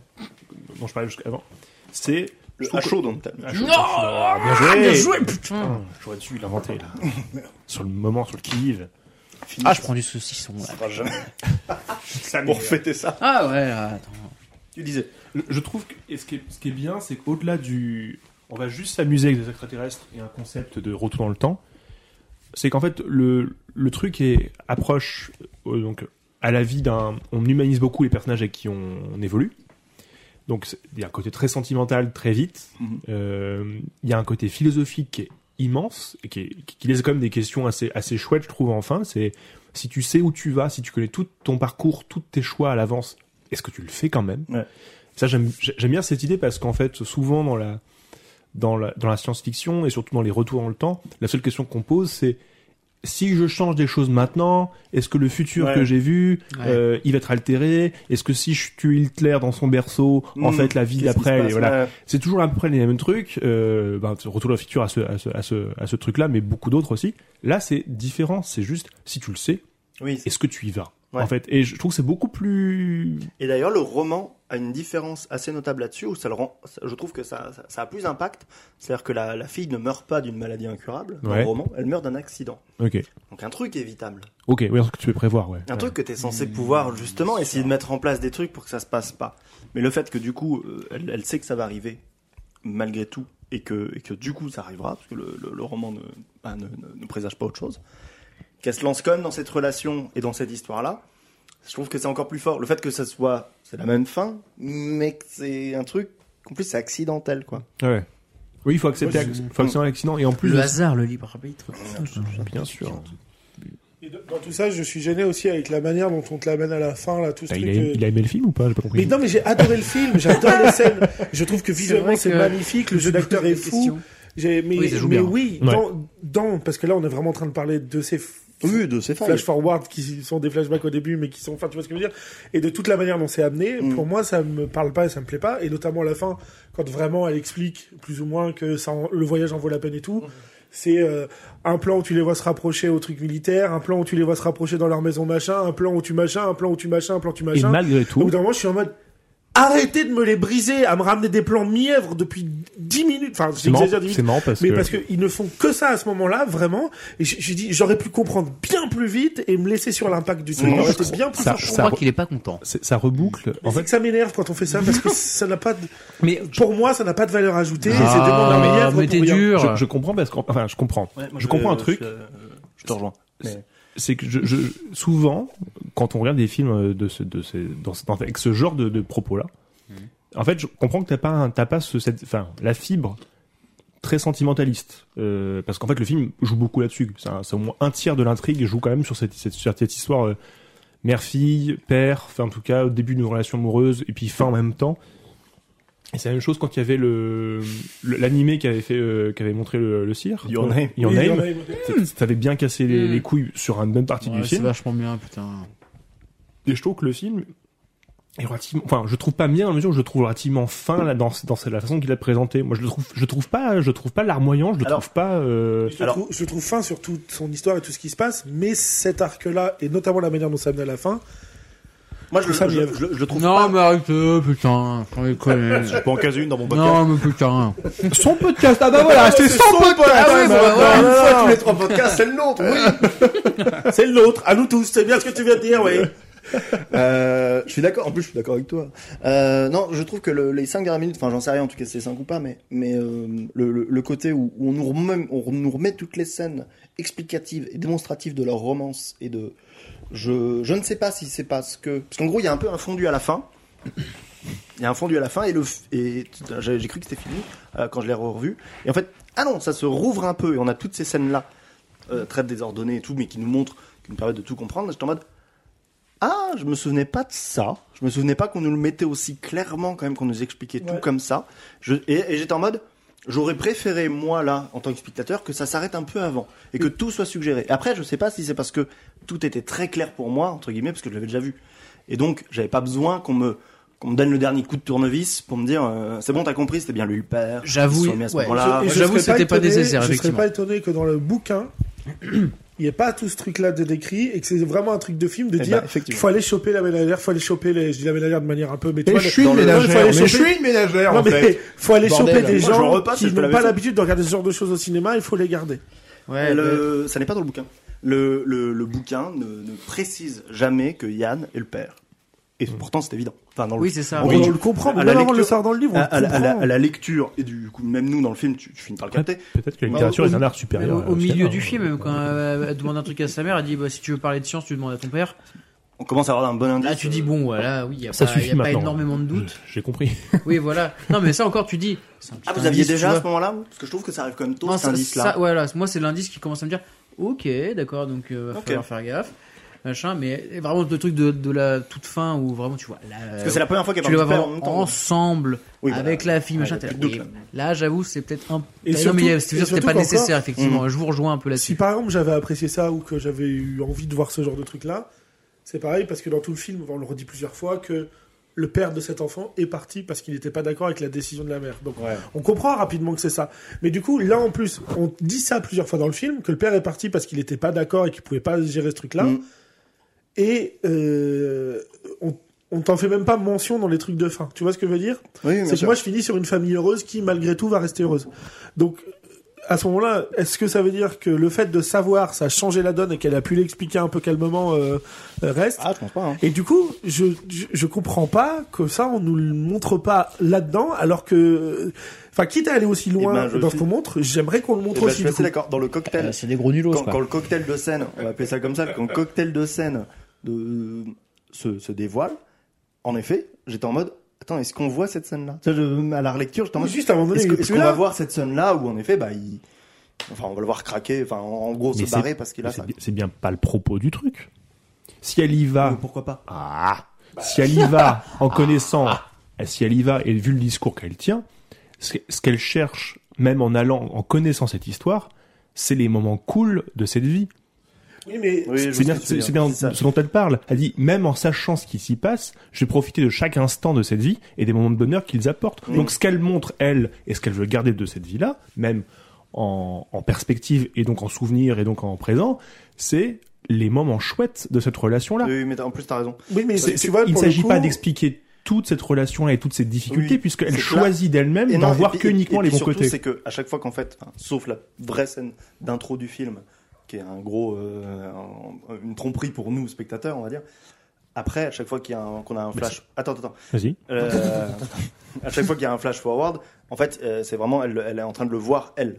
D: dont je parlais jusqu'avant, c'est
A: Le
D: je trouve
A: à
D: que-
A: chaud dans le tel.
D: Ah, je-
C: Non
D: Ah, bien joué,
C: Bien joué, putain
D: Ah, J'aurais dû l'inventer là. sur le moment, sur le qui-vive.
C: Ah, je prends du saucisson. là.
D: Ça
A: Pour fêter ça.
C: Ah ouais, attends.
A: Tu disais.
D: Je trouve que et ce, qui est, ce qui est bien, c'est qu'au-delà du. On va juste s'amuser avec des extraterrestres et un concept de retour dans le temps. C'est qu'en fait, le, le truc est, approche euh, donc, à la vie d'un. On humanise beaucoup les personnages avec qui on, on évolue. Donc, c'est- il y a un côté très sentimental très vite.
A: Mhm.
D: Euh, il y a un côté philosophique qui est immense et qui, est- qui- qui laisse quand même des questions assez, assez chouettes, je trouve, enfin. C'est si tu sais où tu vas, si tu connais tout ton parcours, tous tes choix à l'avance, est-ce que tu le fais quand même
A: Ouais.
D: Ça, j'aime j'ai- j'aime bien cette idée parce qu'en fait, souvent dans la, dans la, dans la science-fiction et surtout dans les retours dans le temps, la seule question qu'on pose, c'est si je change des choses maintenant, est-ce que le futur
A: Ouais.
D: que j'ai vu,
C: Ouais.
D: euh, il va être altéré Est-ce que si je tue Hitler dans son berceau, en
A: Mmh.
D: fait, la vie
A: Qu'est-ce qui se
D: d'après, elle est-
A: passe
D: voilà,
A: Ouais.
D: c'est toujours à peu près les mêmes trucs. Euh, ben, retour dans le futur à ce, à ce, à ce, à ce truc-là, mais beaucoup d'autres aussi. Là, c'est différent. C'est juste, si tu le sais,
A: Oui. c'est-
D: est-ce que tu y vas
A: Ouais.
D: En fait, et je trouve que c'est beaucoup plus.
A: Et d'ailleurs, le roman a une différence assez notable là-dessus, où ça le rend, ça- je trouve que ça, ça, ça a plus d'impact. C'est-à-dire que la, la fille ne meurt pas d'une maladie incurable, dans
D: Ouais.
A: le roman, elle meurt d'un accident.
D: Ok.
A: Donc un truc évitable.
D: Ok. Oui, ce que tu peux prévoir, ouais.
A: Un
D: Ouais.
A: truc que t'es censé
C: Mmh,
A: pouvoir justement
C: c'est
A: essayer de mettre en place des trucs pour que ça se passe pas. Mais le fait que du coup, euh, elle, elle sait que ça va arriver malgré tout et que, et que du coup ça arrivera, parce que le, le- le roman ne, bah, ne, ne- ne présage pas autre chose, qu'elle se lance quand même dans cette relation et dans cette histoire-là, je trouve que c'est encore plus fort. Le fait que ça soit, c'est la même fin, mais que c'est un truc, en plus c'est accidentel quoi.
D: Ouais. Oui, il faut accepter,
B: Moi, je-
D: faut accepter l'accident et en plus.
C: Le hasard, le libre arbitre.
D: Bien sûr.
B: Et de- Dans tout ça, je suis gêné aussi avec la manière dont on te l'amène à la fin, là, tout ce
D: Ah,
B: truc.
D: il, a,
B: euh,
D: il a aimé le film ou pas J'ai pas
B: Mais
D: compris.
B: non, mais j'ai adoré le film, j'adore les scènes. Je trouve que visuellement
C: vrai
B: c'est
C: que-
B: magnifique, le jeu d'acteur est fou. J'ai- Mais
C: Oui, ça joue
B: mais
C: bien.
B: oui,
D: Ouais.
B: dans, dans, parce que là on est vraiment en train de parler de ces f-
A: Oui, de ces
B: flash forward qui sont des flashbacks au début, mais qui sont, enfin, tu vois ce que je veux dire. Et de toute la manière dont c'est amené,
A: Mm.
B: pour moi, ça me parle pas et ça me plaît pas. Et notamment à la fin, quand vraiment elle explique plus ou moins que ça en- le voyage en vaut la peine et tout. C'est euh, un plan où tu les vois se rapprocher au truc militaire, un plan où tu les vois se rapprocher dans leur maison machin, un plan où tu machin, un plan où tu machin, un plan où tu
D: Et
B: machin.
D: malgré
B: Au bout
D: tout,
B: d'un moment, je suis en mode arrêtez de me les briser, à me ramener des plans mièvres depuis 10 minutes. Enfin,
D: c'est marrant,
B: j'exagère 10
D: c'est
B: minutes.
D: marrant parce
B: Mais
D: que.
B: parce qu'ils ne font que ça à ce moment-là, vraiment. Et j'ai j'ai dit, j'aurais pu comprendre bien plus vite et me laisser sur l'impact du truc.
A: Non,
B: J'aurais
A: je
B: été bien plus
D: ça-
B: fort.
C: Je
D: ça-
C: crois qu'il est pas content.
D: c'est- ça reboucle.
B: Mais
D: En
B: c'est
D: fait,
B: que ça m'énerve quand on fait ça parce que ça n'a pas de-
C: Mais
B: pour moi ça n'a pas de valeur ajoutée et c'est des demandes
C: Ah,
B: mièvres
C: mais
B: pour
C: t'es
B: rien.
C: dur.
D: je, je comprends parce que enfin, je comprends. je comprends un truc.
A: euh, Je te rejoins.
D: c'est que je, je- souvent, quand on regarde des films euh, de ce, de ces, dans, ce- dans- avec ce genre de, de propos-là, En fait, je comprends que t'as pas, un- t'as pas ce, cette, enfin, la fibre très sentimentaliste, Euh, parce qu'en fait, le film joue beaucoup là-dessus. C'est un- c'est au moins un tiers de l'intrigue joue quand même sur cette, cette, sur cette histoire euh, mère-fille, père, enfin en tout cas au début d'une relation amoureuse et puis fin en même temps. Et c'est la même chose quand il y avait le le- l'animé qui avait fait, euh, qui avait montré le, le cire.
A: Your Name.
D: Your
B: Oui,
D: Name.
B: Your Name.
D: Ça- Ça avait bien cassé les,
C: Mm.
D: les couilles sur une bonne partie
C: Ouais,
D: du
C: c'est
D: film.
C: vachement bien, putain.
D: Et je trouve que le film est relativement, enfin, je le trouve pas bien dans la mesure où je le trouve relativement fin là dans, dans la façon qu'il a présenté. Moi, je le trouve, je le trouve pas, je le trouve pas larmoyant, je le
A: Alors-
D: trouve pas. euh,
B: Je, le
A: Alors-
B: trouve, je le trouve fin sur toute son histoire et tout ce qui se passe, mais cet arc-là, et notamment la manière dont ça amène à la fin,
A: Moi, je, le-
B: Ça,
A: je-
B: mais-
A: je- je le trouve
C: Non,
A: pas.
C: mais arrête, euh, putain. j'en ai connu.
A: Je peux en caser une dans mon podcast.
C: Non, mais putain. Son podcast,
D: [laughs]
C: ah bah voilà, c'est son podcast.
B: Ah oui, bah,
A: Ah,
B: voilà.
A: une fois tous les
B: trois podcasts, c'est le nôtre, oui C'est l'autre, à nous tous, c'est bien ce que tu viens de dire, oui
A: Euh, je suis d'accord. En plus, je suis d'accord avec toi. Euh, non, je trouve que le- les 5 dernières minutes, enfin, j'en sais rien en tout cas, si c'est 5 ou pas, mais, mais euh, le, le- le côté où, où on, nous remet, on nous remet toutes les scènes explicatives et démonstratives de leur romance et de. Je, je ne sais pas si c'est parce que. Parce qu'en gros, il y a un peu un fondu à la fin. Il y a un fondu à la fin et le. f- Et j'ai j'ai cru que c'était fini euh, quand je l'ai revu. Et en fait, ah non, ça se rouvre un peu et on a toutes ces scènes-là, euh, très désordonnées et tout, mais qui nous montrent, qui nous permettent de tout comprendre. J'étais en mode. Ah, je me souvenais pas de ça. Je me souvenais pas qu'on nous le mettait aussi clairement quand même, qu'on nous expliquait tout
B: Ouais.
A: comme ça. Je, et et j'étais en mode, j'aurais préféré moi là, en tant que spectateur, que ça s'arrête un peu avant et
C: Mm.
A: que tout soit suggéré. Après, je sais pas si c'est parce que tout était très clair pour moi entre guillemets parce que je l'avais déjà vu. Et donc, j'avais pas besoin qu'on me qu'on me donne le dernier coup de tournevis pour me dire euh, c'est bon t'as compris c'était bien lui le père Ils
C: J'avoue,
A: se sont mis à ce
C: ouais.
A: moment-là.
B: Et je
C: j'avoue,
B: serais
C: c'était pas
B: étonné-
C: nécessaire,
B: Je serais
C: effectivement.
B: pas étonné que dans le bouquin, il n'y ait pas tout ce truc-là de décrit, et que c'est vraiment un truc de film de
A: Eh
B: dire,
A: ben, effectivement.
B: faut aller choper la ménagère, faut aller choper les, je dis la ménagère de manière un peu, mais tu
E: Et
B: vois,
E: je
B: le-
E: suis
B: dans
E: une
B: le- faut
E: ménagère,
B: aller
E: mais je
B: choper-
E: suis une ménagère,
B: Non,
E: en
B: mais
E: fait.
B: faut aller
E: Bordel.
B: choper
A: Moi,
B: des
A: je
B: gens
A: repasse, je
B: qui
A: peux la
B: n'ont pas
A: laisser.
B: l'habitude de regarder ce genre de choses au cinéma, il faut les garder.
C: Ouais,
A: le, ça n'est pas dans le bouquin le, le, le bouquin ne, ne précise jamais que Yann est le père et pourtant c'est évident enfin dans le
C: bah, Oui, c'est ça.
A: En
C: Ah Oui.
B: on,
A: gros,
B: le comprend,
A: à
B: mais
A: la
B: même avant de le
A: lecture-
B: savoir dans le livre, on
A: à, à
B: le
A: la, à la-
B: comprend.
A: à la lecture et du coup même nous dans le film tu, tu finis par le capter
D: Peut-être que la
A: Bah,
D: littérature
A: au-
D: est un art
C: Même
D: supérieur.
C: au,
D: euh,
C: au milieu
D: cinéma.
C: du film, même quand euh, elle demande un truc à sa mère, elle dit bah, si tu veux parler de science, tu demandes à ton père.
A: on commence à avoir un bon indice Euh,
C: Là, tu dis bon, voilà, oui, il n'y a,
D: Ça
C: pas,
D: suffit
C: Bah, y a pas
D: maintenant. hein.
C: énormément
D: [laughs]
C: de doutes.
D: J'ai compris.
C: oui, voilà. Non, mais ça encore, tu dis. c'est un petit
A: ah vous
C: indice,
A: aviez
C: tu
A: déjà à
C: vois.
A: ce moment-là vous parce que je trouve que ça arrive quand même tôt
C: Non,
A: cet
C: ça-
A: indice
C: ça-
A: là
C: voilà, moi c'est l'indice qui commence à me dire ok, d'accord, donc euh, va
A: Ok.
C: falloir faire gaffe, machin, mais et vraiment le truc de, de la toute fin où vraiment tu vois là,
A: parce que c'est la première fois qu'il y a
C: tu le
A: pas
C: vois
A: de père en même
C: vraiment
A: temps
C: ensemble
A: Oui, voilà.
C: avec la fille,
A: Ouais,
C: machin.
A: il y a
C: t'es
A: plus de
C: là,
A: doute,
C: mais là, j'avoue, c'est peut-être un.
B: Et
C: non,
B: surtout-
C: mais euh, c'est sûr,
B: et
C: c'était
B: surtout
C: pas
B: qu'encore-
C: nécessaire,
D: Mmh.
C: effectivement. Je vous rejoins un peu
B: Si
C: là-dessus.
B: par exemple j'avais apprécié ça ou que j'avais eu envie de voir ce genre de truc là, c'est pareil parce que dans tout le film, on le redit plusieurs fois, que le père de cet enfant est parti parce qu'il n'était pas d'accord avec la décision de la mère. Donc
A: Ouais.
B: on comprend rapidement que c'est ça. Mais du coup, là en plus, on dit ça plusieurs fois dans le film, que le père est parti parce qu'il n'était pas d'accord et qu'il pouvait pas gérer ce truc là.
A: Mm.
B: Et euh, on, on t'en fait même pas mention dans les trucs de fin. Tu vois ce que je veux dire
A: Oui, bien
B: c'est que
A: sûr.
B: moi, je finis sur une famille heureuse qui, malgré tout, va rester heureuse. Donc, à ce moment-là, est-ce que ça veut dire que le fait de savoir, ça a changé la donne et qu'elle a pu l'expliquer un peu calmement euh, euh, reste
A: ah je pense pas hein.
B: Et du coup, je, je je comprends pas que ça, on nous le montre pas là-dedans, alors que, enfin, quitte à aller aussi loin
A: ben, je
B: dans ce
A: suis-
B: qu'on montre, j'aimerais qu'on le montre
A: Eh ben, je
B: aussi.
A: suis
B: du
A: assez
B: coup.
A: d'accord dans le cocktail
C: c'est des gros nulos,
A: quand, quand le cocktail de scène, on va appeler ça comme ça, quand le cocktail de scène de, se, se dévoile, en effet, j'étais en mode, attends, est-ce qu'on voit cette scène-là Tu sais, je- À la relecture, j'étais en mode,
B: Juste à un moment donné,
A: est-ce
B: il
A: que-
B: est
A: est-ce
B: plus
A: qu'on
B: là.
A: va voir cette scène-là où en effet, bah, il... enfin, on va le voir craquer, enfin, en, en gros,
D: Mais
A: se
D: c'est-
A: barrer parce qu'il a
D: Mais
A: ça.
D: C'est bi- c'est bien pas le propos du truc. Si elle y va,
A: Mais Pourquoi pas
D: Ah Si elle y va en connaissant, eh, si elle y va et vu le discours qu'elle tient, ce ce qu'elle cherche, même en allant, en connaissant cette histoire, c'est les moments cool de cette vie.
B: Oui, mais
A: Oui, je
D: C'est
A: vois
D: bien,
A: ce que tu veux
D: c'est- c'est
A: dire,
D: bien
A: c'est ça.
D: ce dont elle parle. Elle dit, même en sachant ce qui s'y passe, je vais profiter de chaque instant de cette vie et des moments de bonheur qu'ils apportent.
A: Mm.
D: Donc ce qu'elle montre, elle, et ce qu'elle veut garder de cette vie-là, même en, en perspective et donc en souvenir et donc en présent, c'est les moments chouettes de cette relation-là.
A: Oui, mais t'as- en plus, t'as raison.
B: oui, mais
D: C'est-
B: tu
D: c'est-
B: vois,
D: il ne
B: pour le
D: s'agit
B: coup-
D: pas d'expliquer toute cette relation-là et toutes ces difficultés,
A: Oui,
D: puisqu'elle
A: c'est
D: choisit d'elle-même d'en
A: non,
D: voir
A: puis-
D: que uniquement
A: et
D: les
A: puis
D: bons
A: surtout,
D: côtés.
A: c'est que à chaque fois qu'en fait, enfin, sauf la vraie scène d'intro du film, qui est un gros, euh, un- une tromperie pour nous spectateurs, on va dire. Après, à chaque fois qu'il y a un- qu'on a un flash, attends, attends,
D: Vas-y.
A: Euh, à chaque fois qu'il y a un flash forward, en fait, euh, c'est vraiment elle, elle est en train de le voir elle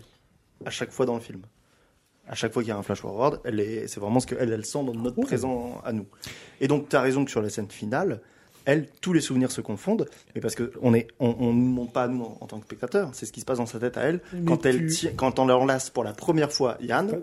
A: à chaque fois dans le film. À chaque fois qu'il y a un flash forward, elle est, c'est vraiment ce qu'elle elle sent dans notre présent à nous. Et donc, tu as raison que sur la scène finale, elle, tous les souvenirs se confondent, mais parce que on est, on, on nous montre pas nous en, en tant que spectateur. C'est ce qui se passe dans sa tête à elle
B: Mais
A: quand elle
B: tu-
A: tient- quand on l'enlace pour la première fois Yann.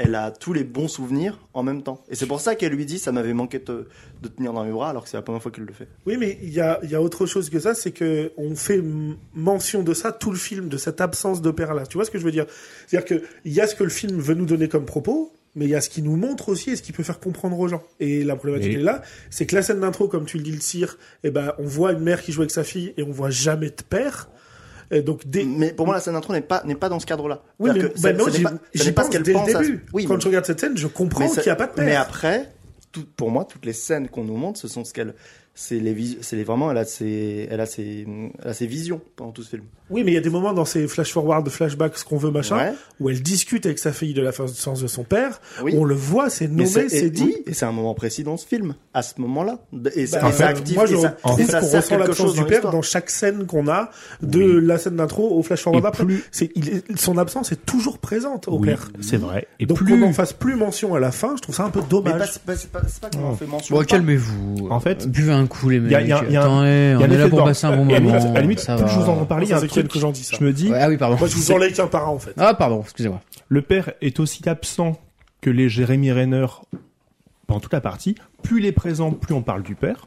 A: Elle a tous les bons souvenirs en même temps. Et c'est pour ça qu'elle lui dit ça m'avait manqué de, te- de te tenir dans mes bras alors que c'est la première fois qu'elle le fait.
B: Oui, mais il y a, il y a autre chose que ça, c'est que on fait m- mention de ça tout le film, de cette absence d'opéra-là. Tu vois ce que je veux dire C'est-à-dire que il y a ce que le film veut nous donner comme propos, mais il y a ce qu'il nous montre aussi et ce qu'il peut faire comprendre aux gens. Et la problématique
D: Et-
B: est là, c'est que la scène d'intro, comme tu le dis, le cire, eh ben, on voit une mère qui joue avec sa fille et on voit jamais de père. Et donc, dès...
A: Mais pour moi, la scène d'intro n'est pas, n'est pas dans ce cadre-là.
B: oui, mais
A: Mm. C'est-à-dire que
B: bah
A: ça-
B: non,
A: ça n'est
B: j'y-
A: pas- ça
B: j'y
A: n'est pas ce
B: pense
A: qu'elle
B: dès
A: pense
B: le
A: à-
B: début.
A: Oui,
B: Quand
A: mais-
B: je regarde cette scène, je comprends
A: Mais ça-
B: qu'il n'y a pas de père.
A: Mais après, tout, pour moi, toutes les scènes qu'on nous montre, ce sont ce qu'elle. C'est les, vis- c'est les- vraiment, elle a ses, elle a ses, elle a ses visions pendant tout ce film.
B: Oui, mais il y a des moments dans ces flash-forward, flashbacks, ce qu'on veut, machin,
A: Ouais.
B: où elle discute avec sa fille de la sens de son père.
A: Oui.
B: On le voit, c'est
A: Mais
B: nommé,
A: et-
B: c'est dit.
A: et c'est un moment précis dans ce film, à ce moment-là. Et ça,
B: Bah,
A: et ça
B: euh,
A: active,
B: moi,
A: et
B: je
A: ça,
B: trouve
A: et ça
B: qu'on
A: sert
B: ressent
A: quelque
B: l'absence
A: chose
B: du
A: dans
B: père
A: l'histoire.
B: dans chaque scène qu'on a, de la scène d'intro au flash forward
D: Et
B: après.
D: plus-
B: C'est, il est- son absence est toujours présente au
D: Oui,
B: père.
D: c'est vrai. Et
B: Donc
D: plus,
B: qu'on n'en fasse plus mention à la fin, je trouve ça un peu
A: Mais pas-
B: dommage.
A: c'est pas, c'est pas, c'est pas qu'on en fait mention.
C: Bon,
A: ou pas.
C: calmez-vous.
D: En fait,
C: buvez un coup, les mecs.
D: y a- y a- y a un-
C: Attendez,
D: il
C: on
D: y a
C: est
D: l'effet
C: là
D: de
C: pour
D: bord.
C: passer un bon
D: Et à la
C: moment.
D: limite- à la limite,
C: ça
D: plus
C: va.
D: je vous en parler, il y a
B: Ça,
D: un
B: c'est quelqu'un
D: truc
B: que j'en dis, ça.
D: Je me dis,
C: Ouais, Ah oui, pardon.
B: Moi, je vous
D: C'est-
B: enlève qu'un
A: [laughs]
B: parent, en fait.
C: Ah, pardon, excusez-moi.
D: le père est aussi absent que les Jérémy Renner pendant toute la partie. Plus il est présent, plus on parle du père.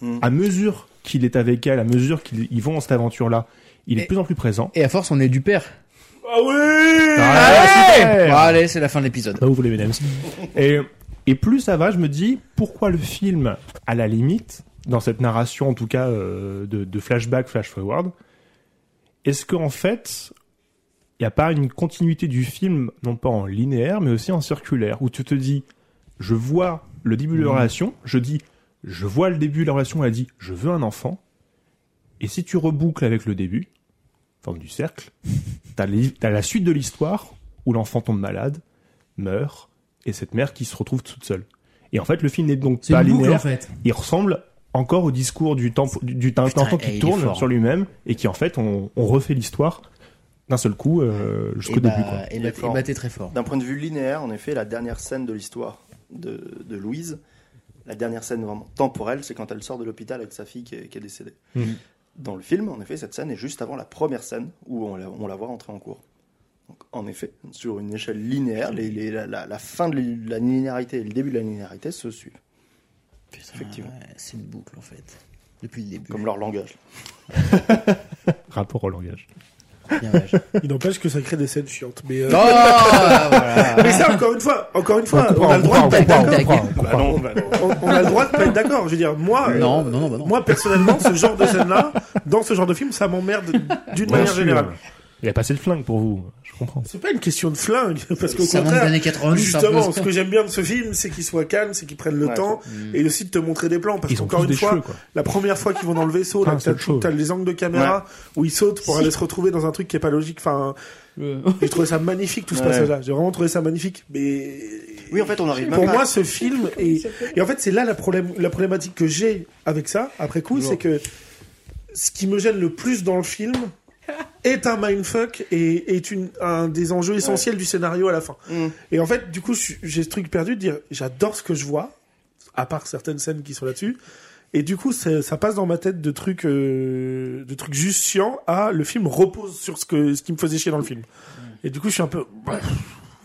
A: Mm.
D: À mesure qu'il est avec elle, à mesure qu'ils ils vont dans cette aventure-là, il est
C: Et-
D: de plus en plus présent.
C: Et à force, on est du père.
B: Ah oui!
C: Ah Allez, Bon, allez, c'est la fin de l'épisode.
D: Là où Ah, vous voulez, mesdames. Et, et plus ça va, je me dis, pourquoi le film, à la limite, dans cette narration en tout cas euh, de, de flashback, flash forward, est-ce qu'en fait, il n'y a pas une continuité du film, non pas en linéaire, mais aussi en circulaire, où tu te dis, je vois le début de la relation, je dis, je vois le début de la relation, elle dit, je veux un enfant, et si tu reboucles avec le début, forme du [laughs] cercle, t'as les- t'as la suite de l'histoire où l'enfant tombe malade, meurt, et cette mère qui se retrouve toute seule. Et en fait, le film n'est donc
C: C'est
B: Bah,
D: pas
C: une boucle,
D: linéaire.
C: en fait.
D: Il ressemble encore au discours du temps du, du temps-
C: Putain,
D: temps
C: eh, il
D: qui
C: est
D: tourne
C: fort.
D: sur lui-même et qui en fait on, on refait l'histoire d'un seul coup euh, jusqu'au
C: Et bah,
D: début. Quoi.
C: Et
A: Il est
C: bah,
A: fort.
C: et bah, t'es très fort.
A: D'un point de vue linéaire, en effet, la dernière scène de l'histoire de, de Louise, la dernière scène vraiment temporelle, c'est quand elle sort de l'hôpital avec sa fille qui est, qui est décédée.
B: Mmh.
D: Mhm.
A: Dans le film, en effet, cette scène est juste avant la première scène où on la, on la voit rentrer en cours. Donc, en effet, sur une échelle linéaire, les- les- la, la- la fin de la linéarité et le début de la linéarité se suivent,
C: Putain,
A: Effectivement.
C: ouais, c'est une boucle, en fait. Depuis le début.
A: comme leur langage.
D: Rapport au langage.
C: Bien,
B: [laughs]
C: vache.
B: Il n'empêche que ça crée des scènes chiantes. Mais, euh,
C: Oh, voilà.
B: mais ça, encore une fois, encore une fois, on,
D: comprend,
B: a le droit de pas être
C: comprend,
B: d'accord.
C: on comprend.
B: Bah non, bah non. On- on a le droit de pas
A: [laughs]
B: être d'accord. Je veux dire, moi,
C: Non,
B: euh,
C: non, non, bah non.
B: moi personnellement, ce genre de scène-là, dans ce genre de film, ça m'emmerde d'une
D: Bien
B: manière
D: sûr.
B: générale.
D: Il a passé de flingue pour vous, je comprends.
B: C'est pas une question de flingue, parce qu'au
C: Ça monte des
B: contraire,
C: années 90, un
B: justement,
C: peu.
B: ce que j'aime bien de ce film, c'est qu'il soit calme, c'est qu'il prenne le
A: Ouais,
B: temps, et aussi de te montrer des plans, parce
D: Ils ont
B: qu'encore
D: tous
B: une
D: des
B: fois,
D: cheveux quoi.
B: la première fois qu'ils vont dans le vaisseau, là,
D: Ah,
B: que
D: c'est
B: t'as,
D: le chauve.
B: t'as les angles de caméra, où ils sautent pour aller se retrouver dans un truc qui est pas logique, enfin, j'ai trouvé ça magnifique tout ce
A: Ouais.
B: passage-là, j'ai vraiment trouvé ça magnifique, mais...
A: Oui, en fait, on arrive même
B: Pour
A: pas-
B: moi, ce film est... Et en fait, c'est là la, problème... la problématique que j'ai avec ça, après coup, c'est que ce qui me gêne le plus dans le film est un mindfuck et est une... un des enjeux essentiels du scénario à la fin.
A: Mhm.
B: Et en fait, du coup, je suis- j'ai ce truc perdu de dire j'adore ce que je vois, à part certaines scènes qui sont là-dessus. Et du coup, ça, ça passe dans ma tête de trucs, euh, de trucs juste chiants à le film repose sur ce que, ce qui me faisait chier dans le film. Et du coup, je suis un peu,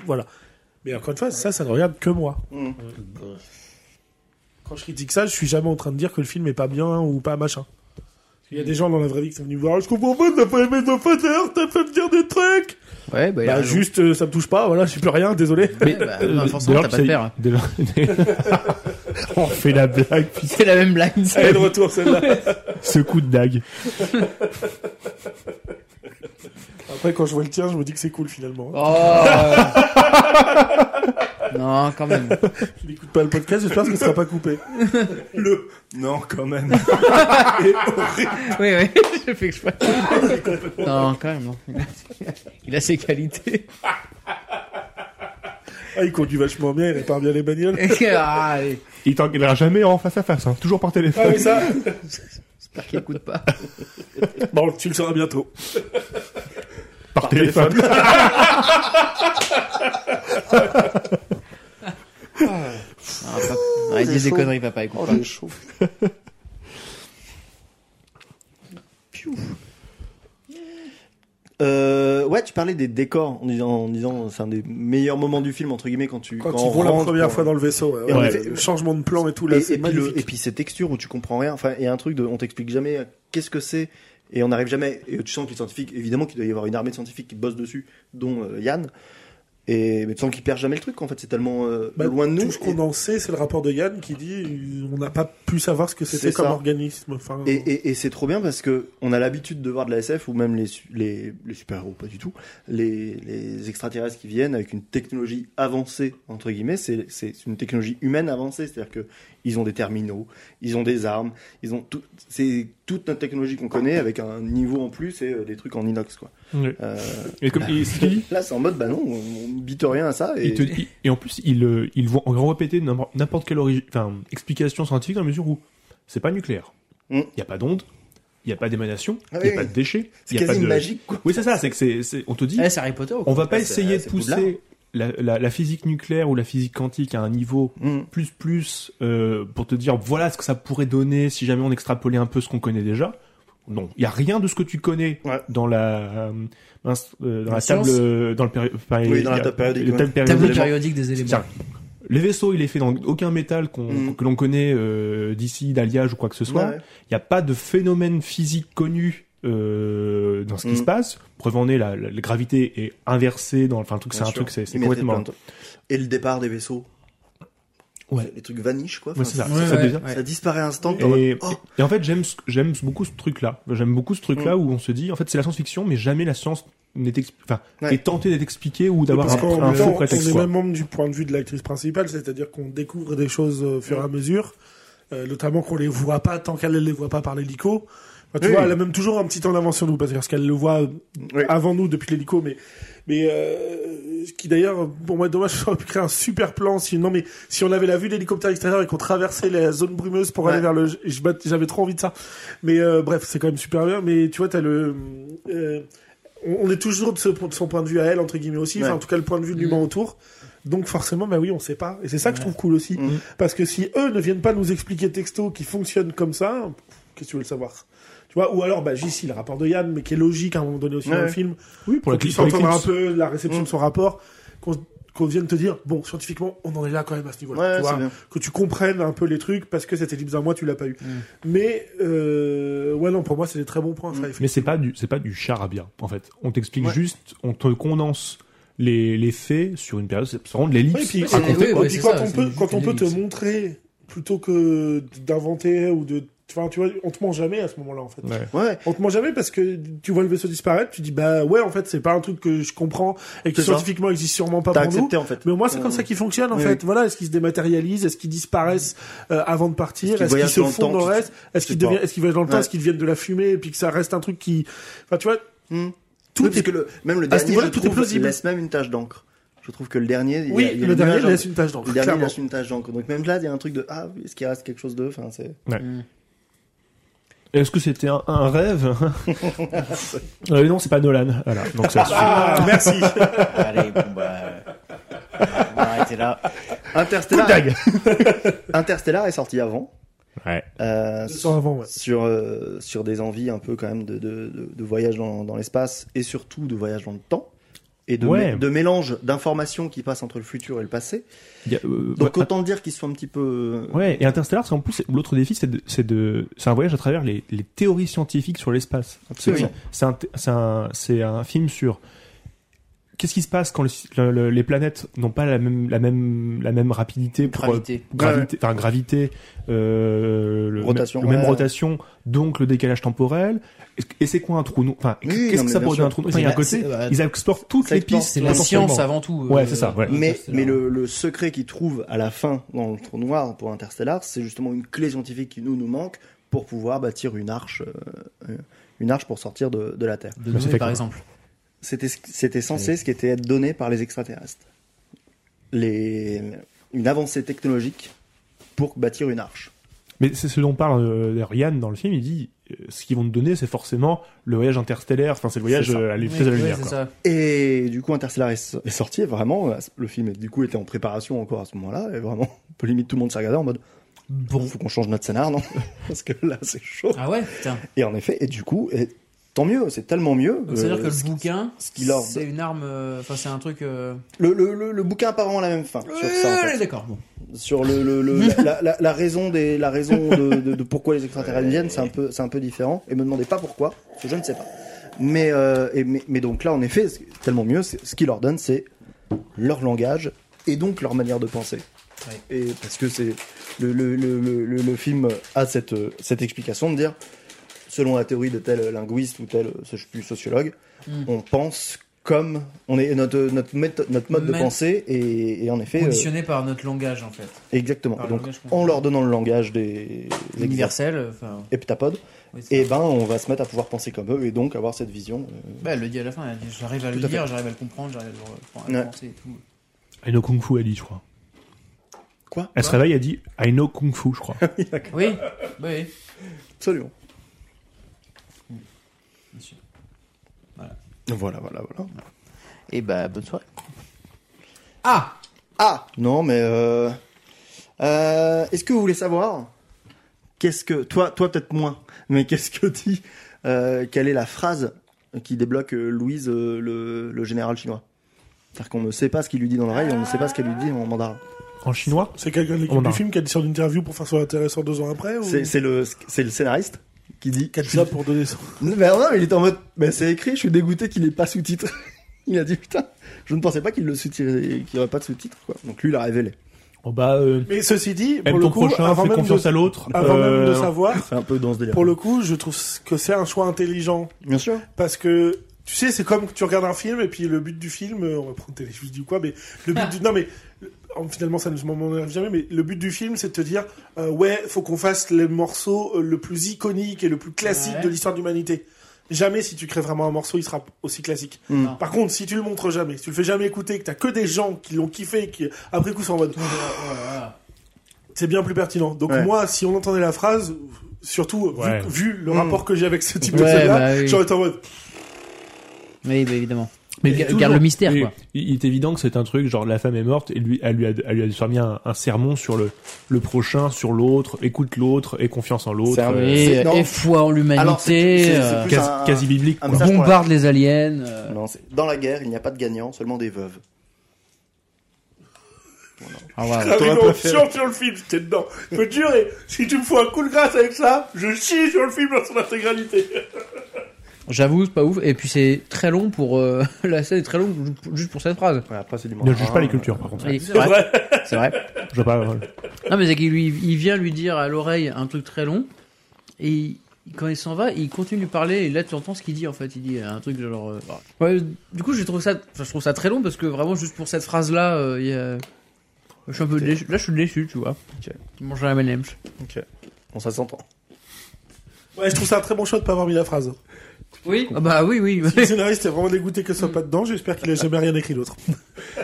B: voilà. Mais encore une fois, ça, ça ne regarde que moi.
A: Mhm.
B: Quand je critique ça, je suis jamais en train de dire que le film est pas bien ou pas machin. Il y a des gens dans la vraie vie qui sont venus me voir, je comprends pas, t'as pas aimé The Father, t'as fait me dire des trucs.
C: Ouais, bah, il a
B: Bah,
C: raison.
B: juste, euh, ça me touche pas, voilà, je suis plus
A: [laughs]
B: rien, désolé. [laughs]
C: Mais, bah,
D: euh,
C: non, forcément, t'as pas
D: [laughs]
C: de père. hein.
D: on fait la blague, puis
C: C'est la même blague.
B: [laughs] Elle est de retour, celle-là.
A: [laughs]
D: ce coup de dague.
B: Après, quand je vois le tien, je me dis que c'est cool finalement.
C: Oh. non, quand même.
B: Tu n'écoutes pas le podcast, j'espère que ce sera
A: [laughs]
B: pas coupé. Le.
A: Non, quand même.
C: Oui, oui, [laughs] je fais exprès. non, quand même, non. Il a- [laughs] Il a ses qualités.
B: Ah, il conduit vachement bien, il répare bien
A: [laughs]
B: les bagnoles.
C: [laughs] ah, allez,
D: Il t'engueulera jamais en face à face, hein, toujours par téléphone.
B: Ah, mais ça.
C: j'espère qu'il écoute pas.
B: Bon, tu le sauras bientôt.
D: par, téléphone. [laughs]
C: Ah, papa. Ah, il dit des
A: chaud.
C: Ah, conneries, papa, écoute
A: Oh,
C: pas.
A: j'ai chaud. Pfiou. Euh, ouais, tu parlais des décors en disant, en disant c'est un des meilleurs moments du film entre guillemets quand tu
B: Quand,
A: on
B: ils vont la
A: rentre
B: première
A: pour-
B: fois dans le vaisseau, ouais,
A: Et on
B: ouais,
A: fait-
B: le changement de plan et tout, là,
A: et, et
B: c'est
A: puis le-
B: magnifique.
A: et puis ces textures où tu comprends rien. Enfin, il y a un truc de, on t'explique jamais qu'est-ce que c'est et on n'arrive jamais. Et tu sens que les scientifiques, évidemment qu'il doit y avoir une armée de scientifiques qui bosse dessus, dont euh, Yann. Et mais tu sens qu'ils perdent jamais le truc. En fait, c'est tellement euh,
B: Bah,
A: loin de nous.
B: Tout ce qu'on en sait, c'est le rapport de Yann qui dit euh, on n'a pas pu savoir ce que
A: C'est
B: c'était comme
A: ça.
B: organisme. Enfin,
A: Et, et- et c'est trop bien parce que on a l'habitude de voir de la SF ou même les, su- les, les super-héros, pas du tout, les, les extraterrestres qui viennent avec une technologie avancée, entre guillemets, c'est c'est une technologie humaine avancée, c'est-à-dire que ils ont des terminaux, ils ont des armes, ils ont tout, c'est toute notre technologie qu'on connaît avec un niveau en plus et euh, des trucs en inox, quoi.
D: Ouais.
A: Euh,
D: Et comme il, ce qu'il dit,
A: là, c'est en mode, bah non, on, on bite rien à ça et
D: il te- il- et en plus, il, euh, il voit en grand répéter n'importe n'importe quelle origi- enfin, explication scientifique dans la mesure où c'est pas nucléaire.
A: Mm.
D: Il n'y a pas d'onde, il n'y a pas d'émanation,
A: Ah
D: il
A: oui,
D: n'y a pas
A: oui.
D: de déchets.
A: c'est
D: il y a pas
A: quasi
D: de...
A: magique, quoi.
D: Oui, c'est ça, c'est que c'est, c'est- on te dit,
C: Eh, c'est Harry Potter ou
D: on
C: quoi
D: va pas
A: c'est- eh,
D: essayer de
A: c'est Poudlard.
D: pousser la, la- la physique nucléaire ou la physique quantique à un niveau
A: Mm.
D: plus plus euh, pour te dire voilà ce que ça pourrait donner si jamais on extrapolait un peu ce qu'on connaît déjà. Non, il y a rien de ce que tu connais
A: Ouais.
D: dans la euh, mince, euh, dans
C: La
D: la table
C: science
D: euh, dans le péri- enfin,
A: Oui,
D: il
A: dans la
D: y a-
A: table périodique,
D: le
A: ouais.
D: table périodique.
C: Tableau périodique des éléments.
D: Tiens, les vaisseaux, il est fait dans aucun métal qu'on
A: Mm.
D: que l'on connaît euh, d'ici d'alliage ou quoi que ce soit.
A: Ouais, ouais.
D: Il n'y a pas de phénomène physique connu euh, dans ce qui
A: Mm.
D: se passe. Preuve en est, la, la- la gravité est inversée. Dans, enfin, le truc, c'est
A: Bien
D: un
A: sûr.
D: truc, c'est c'est
A: Ils mettraient
D: complètement.
A: plein de- Et le départ des vaisseaux.
D: Ouais.
A: Les trucs vanish, quoi.
D: Ouais,
A: Enfin,
D: c'est ça.
C: Ouais,
D: ça
C: ouais,
D: devient-
C: ouais.
A: Ça disparaît instant. t'es en
D: Et,
A: mode, oh,
D: et en fait, j'aime ce- j'aime beaucoup ce truc-là. J'aime beaucoup ce truc-là où on se dit, en fait, c'est la science-fiction, mais jamais la science n'est expli- enfin,
A: Ouais.
D: est tentée d'être expliquée ou d'avoir
B: Parce
D: un,
B: qu'en
D: un
B: même
D: faux
B: temps,
D: prétexte.
B: on est
D: quoi.
B: même membre du point de vue de l'actrice principale, c'est-à-dire qu'on découvre des choses euh, au fur et à mesure, euh, notamment qu'on les voit pas tant qu'elle ne les voit pas par l'hélico. Enfin, tu
A: Oui.
B: vois, elle a même toujours un petit temps d'avance sur nous, parce que- parce qu'elle le voit euh,
A: Oui.
B: avant nous depuis l'hélico, mais mais euh, ce qui d'ailleurs, pour moi, dommage, [laughs] j'aurais pu créer un super plan. Si non, mais si on avait la vue de l'hélicoptère extérieur et qu'on traversait la zone brumeuse pour aller
A: Ouais.
B: vers le, je bat- j'avais trop envie de ça. Mais euh, bref, c'est quand même super bien. Mais tu vois, t'as le, euh, on, on est toujours de, ce- de son point de vue à elle entre guillemets aussi.
A: Ouais. Mm.
B: Enfin, en tout cas, le point de vue de l'humain autour. Donc forcément, bah oui, on sait pas. Et c'est ça que je trouve cool aussi,
A: Mhm.
B: parce que si eux ne viennent pas nous expliquer texto qui fonctionne comme ça, pff, qu'est-ce que tu veux le savoir? Tu vois, ou alors, bah, JC, le rapport de Yann, mais qui est logique à un moment donné aussi dans
A: Ouais.
B: le film,
D: Oui, pour
B: pour
D: la
B: qu'ils
D: pour l'éclipse.
B: s'entendent un peu la réception
A: Mm.
B: de son rapport, qu'on qu'on vienne te dire, bon, scientifiquement, on en est là quand même à ce niveau-là.
A: ouais,
B: tu vois,
A: c'est bien.
B: que tu comprennes un peu les trucs parce que cette ellipse d'un mois, tu l'as pas eu. Mais, euh, ouais, non, pour moi, c'est des très bons points, ça,
D: Mais c'est pas du, c'est pas du charabia, en fait. On t'explique
A: Ouais.
D: juste, on te condense les, les faits sur une période, c'est c'est vraiment de
B: Ouais,
D: l'ellipse.
B: et puis,
C: c'est-
B: raconter,
C: oui,
B: quoi.
C: oui,
B: Et puis
C: c'est
B: quand
C: ça,
B: on
C: c'est
B: peut,
C: juste
B: quand on
C: une
B: peut te
C: ellipse.
B: montrer plutôt que d'inventer ou de, enfin, tu vois, on te ment jamais à ce moment-là, en fait.
D: Ouais.
A: Ouais,
B: On te ment jamais parce que tu vois le vaisseau disparaître, tu dis, bah ouais, en fait, c'est pas un truc que je comprends et qui
A: C'est ça.
B: scientifiquement existe sûrement pas
A: t'as
B: pour nous.
A: accepté en fait.
B: Mais au moins, c'est
A: Euh,
B: comme ça qu'ils fonctionnent, en
A: oui,
B: fait.
A: oui.
B: Voilà, est-ce qu'ils se dématérialisent, est-ce qu'ils disparaissent euh, avant de partir,
A: Est-ce qu'ils
B: est-ce qu'ils
A: voyagent
B: se
A: dans le
B: fondent
A: temps,
B: dans le
A: tu-
B: reste, est-ce
A: sais
B: qu'ils
A: pas.
B: deviennent, est-ce qu'ils voyagent dans le temps,
A: Ouais.
B: est-ce qu'ils deviennent de la fumée, et puis que ça reste un truc qui, enfin, tu vois,
A: hmm.
B: tout
A: Oui, parce
B: est...
A: que le, même le
B: À ce
A: dernier,
B: niveau-là,
A: je
B: tout est
A: trouve,
B: plausible.
A: laisse même une tache d'encre. Je trouve que le dernier, il y a-
B: oui,
A: il y a
B: le
A: une
B: dernier
A: nuage
B: laisse
A: d'encre.
B: une tache d'encre,
A: Le dernier
B: clairement.
A: laisse une tache d'encre. Donc même là, il y a un truc de ah, est-ce qu'il reste quelque chose de Enfin, c'est.
D: Est-ce que c'était un, un rêve Euh, Non, c'est pas Nolan. Voilà. Donc
B: [laughs]
D: ça suit.
B: Ah, merci. [laughs]
C: Allez, bon, bah. euh, on va arrêter là.
A: Interstellar. Interstellar est [laughs] sorti avant.
D: Ouais.
A: Euh,
B: Sans avant, ouais.
A: sur euh, sur des envies un peu quand même de de, de, de voyage dans, dans l'espace et surtout de voyage dans le temps et de,
D: Ouais.
A: mé- de mélange d'informations qui passent entre le futur et le passé.
D: Il y a, euh,
A: Donc
D: ouais,
A: autant dire qu'ils sont un petit peu
D: Ouais, et Interstellar, c'est en plus l'autre défi, c'est de, c'est de, c'est un voyage à travers les, les théories scientifiques sur l'espace.
A: Absolument.
D: C'est un, thé- c'est un, c'est un film sur qu'est-ce qui se passe quand le- le- le- les planètes n'ont pas la même, la même, la même rapidité pour
C: Gravité.
D: euh, gravité, enfin gravité, euh, le,
A: Rotation,
D: le même
A: ouais.
D: rotation, donc le décalage temporel. Est-ce que- Et c'est quoi un trou noir Enfin,
A: Oui,
D: qu'est-ce
A: non,
D: que
A: mais
D: ça
A: bien
D: pourrait être
A: sûr.
D: un trou noir
C: C'est
D: Enfin, Il y a un
C: la-
D: côté,
C: c'est- euh,
D: ils explorent toutes
A: ça
D: les
A: explore,
D: pistes.
C: C'est la
D: potentiellement.
C: science avant tout. euh,
D: Ouais, c'est ça, ouais.
A: euh, Mais,
C: c'est
A: mais
C: leur-
A: le, le secret qu'ils trouvent à la fin dans le trou noir pour Interstellar, c'est justement une clé scientifique qui nous, nous manque pour pouvoir bâtir une arche, euh, euh, une arche pour sortir de, de la Terre.
C: De
D: Bah, ça
C: Noé,
D: fait
C: par
D: quoi
C: exemple.
A: C'était, ce- c'était censé ce qui était être donné par les extraterrestres. Les, une avancée technologique pour bâtir une arche.
D: Mais c'est ce dont parle euh, Ryan dans le film. Il dit euh, ce qu'ils vont te donner, c'est forcément le voyage interstellaire. Enfin, c'est le voyage
A: C'est ça.
D: euh, à la vitesse
C: Ouais,
D: de la
C: ouais,
D: lumière.
C: c'est
D: quoi.
C: ça.
A: Et du coup, Interstellar est, so- est sorti, et vraiment, euh, le film, du coup, était en préparation encore à ce moment-là, et vraiment, un peu limite tout le monde s'est regardé en mode,
C: Bon.
A: Faut qu'on change notre scénar,
C: [laughs]
A: non Parce que là, c'est chaud.
C: Ah ouais, putain.
A: Et en effet, et du coup, et tant mieux, c'est tellement mieux.
C: Donc, C'est-à-dire
A: euh,
C: que
A: ce
C: le
A: qui-
C: bouquin,
A: ce qu'il leur-
C: c'est une arme. euh, Enfin, c'est un truc. euh,
A: le, le, le, le bouquin apparent a la même fin sur ça. en fait.
C: Ouais, D'accord. Bon.
A: Sur le, le, le- la- la, la- la raison des la raison de, de, de pourquoi les extraterrestres viennent, c'est un peu c'est un peu différent. Et me demandez pas pourquoi, parce que je ne sais pas. Mais euh, et- mais, mais donc là, en effet, c'est tellement mieux. c'est- Ce qui leur donne, c'est leur langage et donc leur manière de penser. Et parce que c'est le, le, le, le, le- le film a cette, euh, cette explication de dire, selon la théorie de tel linguiste ou tel euh, je sais plus, sociologue,
C: Mm.
A: on pense comme on est notre notre, métho- notre mode
C: Mais-
A: de pensée et, et en effet euh,
C: Conditionné par notre langage, en fait.
A: exactement.
C: Par Ah, le
A: Donc
C: langage qu'on-
A: en leur donnant le langage des
C: Universel. euh, Enfin.
A: heptapodes,
C: oui, c'est
A: et
C: ça.
A: ben on va se mettre à pouvoir penser comme eux et donc avoir cette vision. euh,
C: Bah, elle le dit à la fin. Elle dit J'arrive à le
A: Tout à
C: dire, j'arrive à le comprendre, j'arrive à le, enfin, à le
A: Ouais.
C: penser et tout.
D: I know Kung Fu, elle dit, je crois.
A: Quoi
D: Elle se réveille, elle dit I know Kung Fu, [laughs] je crois.
C: Oui, oui,
A: Absolument.
C: bien sûr.
A: Voilà, voilà, voilà. Eh
C: Et bah, bonne soirée. Ah
A: Ah Non, mais euh, euh, est-ce que vous voulez savoir qu'est-ce que toi, toi peut-être moins, mais qu'est-ce que [laughs] dit euh, Quelle est la phrase qui débloque euh, Louise, euh, le, le général chinois C'est-à-dire qu'on ne sait pas ce qu'il lui dit dans l'oreille, on ne sait pas ce qu'elle lui dit en mandarin.
D: En chinois
B: C'est quelqu'un de
D: On
B: l'équipe
D: a-
B: du film qui a dit sur l'interview pour faire son intéressant deux ans après ou...
A: C'est c'est le, c'est le scénariste qui dit.
B: Qui a dit ça pour donner son...
A: Mais non, mais il était en mode, mais c'est écrit, je suis dégoûté qu'il ait pas sous-titre. [laughs] il a dit putain, je ne pensais pas qu'il le sous-titrait- qu'il aurait pas de sous-titre quoi. Donc lui il l'a révélé.
D: Oh bah, euh,
B: Mais ceci dit, pour
D: aime
B: le
D: ton
B: coup,
D: prochain,
B: avant,
D: fais
B: même
D: confiance
B: de...
D: à l'autre.
B: avant même de
D: Euh,
B: savoir,
D: [laughs]
A: C'est un peu dans ce délire.
B: pour le coup, je trouve que c'est un choix intelligent.
A: Bien sûr.
B: Parce que, tu sais, c'est comme que tu regardes un film et puis le but du film, euh, on va prendre télé, je vous dis quoi, mais le but du. Non, mais le- oh, finalement, ça ne m'enlève jamais, mais le but du film, c'est de te dire, euh, ouais, faut qu'on fasse les morceaux euh, le plus iconique et le plus classique
C: Ouais.
B: de l'histoire de l'humanité. Jamais, si tu crées vraiment un morceau, il sera aussi classique.
A: Mm.
C: Non.
B: Par contre, si tu le montres jamais, si tu le fais jamais écouter, que t'as que des gens qui l'ont kiffé et qui, après coup, sont en mode, c'est bien plus pertinent. Donc
A: Ouais.
B: moi, si on entendait la phrase, surtout vu-
D: Ouais.
B: vu, le
A: Mm.
B: rapport que j'ai avec ce type
C: Ouais,
B: de là
C: bah oui.
B: j'aurais été en mode.
C: Oui, bah, évidemment.
D: Mais
C: Ga-
D: toujours-
C: garde le mystère,
D: mais
C: quoi.
D: Il il est évident que c'est un truc, genre la femme est morte, et lui, elle lui a, elle lui a servi un, un sermon sur le, le prochain, sur l'autre, écoute l'autre, et confiance en l'autre.
A: C'est un-
D: euh,
A: c'est-
C: Et,
A: non.
C: et foi en
A: Alors, c'est-
C: l'humanité,
A: c'est- c'est
C: euh,
A: plus
D: quasi,
A: un-
D: quasi biblique.
A: un
D: quoi.
A: ça, je
C: bombarde les aliens. euh,
A: Non, c'est- dans la guerre, il n'y a pas de gagnants, seulement des veuves.
C: ah, ouais, ouais.
B: La
A: t'aurais pas fait.
B: révolution sur le film, j'étais dedans. Je peux te jurer, si tu me fous un coup de grâce avec ça, je chie sur le film dans son intégralité.
C: J'avoue, c'est pas ouf. Et puis c'est très long pour euh, [laughs] la scène est très longue ju- juste pour cette phrase.
A: Ouais, après c'est du Ah,
D: Ne juge pas les cultures, par contre.
C: Oui, C'est vrai. C'est vrai.
D: Je vois pas. euh,
C: Non, mais c'est qu'il lui, il vient lui dire à l'oreille un truc très long, et il- quand il s'en va, il continue de lui parler, et là tu entends ce qu'il dit en fait. Il dit un truc genre. euh, voilà. Ouais, du coup, je trouve ça, enfin, je trouve ça très long parce que vraiment juste pour cette euh, phrase là, je suis un peu déçu. Là, je suis déçu, tu vois.
A: Ok.
C: Je mange la M&M's.
A: Ok. Bon, ça s'entend.
B: Ouais, je trouve ça un très bon choix de pas avoir mis la phrase.
C: Oui. Ah bah oui, oui.
B: [laughs] Le scénariste est vraiment dégoûté qu'elle soit pas dedans, j'espère qu'il a jamais rien écrit d'autre.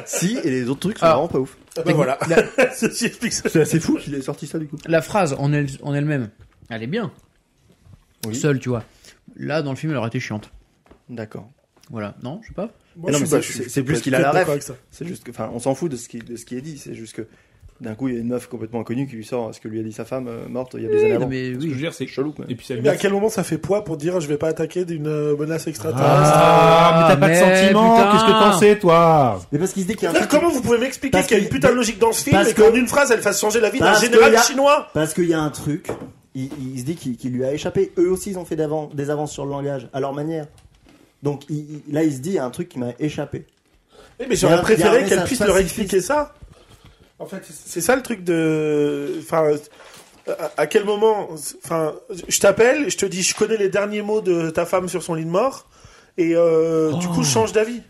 A: si, et les autres trucs sont
C: Ah.
A: vraiment pas ouf.
C: [laughs]
B: Bah voilà.
C: La,
B: [laughs] Ceci explique ça.
A: C'est assez fou qu'il ait sorti ça du coup.
C: la phrase en elle, en elle-même, elle est bien.
A: Oui.
C: Seule, tu vois. Là, dans le film, elle aurait été chiante.
A: D'accord.
C: Voilà. Non, je sais pas.
B: Moi,
A: non, mais
B: je suis
A: ça,
B: pas- je suis-
A: c'est- c'est
B: je
A: plus
B: suis
A: qu'il a la
B: d'accord
A: ref.
B: avec ça.
A: C'est juste que, enfin, on s'en fout de ce qui, de ce qui est dit. C'est juste que, d'un coup, il y a une meuf complètement inconnue qui lui sort ce que lui a dit sa femme euh, morte il y a des années
C: non,
A: avant.
C: Ah, mais
D: ce que je veux
C: oui.
D: dire, c'est
A: Chelou, quoi.
D: Et puis ça
B: Mais à quel moment ça fait poids pour dire je vais pas attaquer d'une euh, menace extraterrestre
D: Ah, mais t'as pas de
C: mais
D: sentiment,
C: putain.
D: qu'est-ce que t'en sais, toi
A: Mais parce qu'il se dit qu'il y a un
B: C'est-à-dire,
A: truc
B: Comment vous pouvez m'expliquer
A: Parce
B: qu'il y a une
A: qu'il-
B: putain de logique dans ce film
A: parce
B: et qu'en
A: que-
B: une phrase elle fasse changer la vie d'un
A: parce
B: général
A: que y a-
B: chinois
A: Parce qu'il y a un truc, il, il se dit qu'il qu'il lui a échappé. Eux aussi, ils ont fait d'avan- des avances sur le langage, à leur manière. Donc il- il- là, il se dit, il y a un truc qui m'a échappé.
B: Eh, Mais
A: Il y
B: j'aurais
A: a- il y
B: préféré
A: a un
B: qu'elle
A: message
B: puisse leur
A: pacifiste.
B: expliquer ça. En fait, c'est- c'est ça le truc de. Enfin, à- à quel moment. Enfin, je t'appelle, je te dis, je connais les derniers mots de ta femme sur son lit de mort, et euh, du coup, je change d'avis.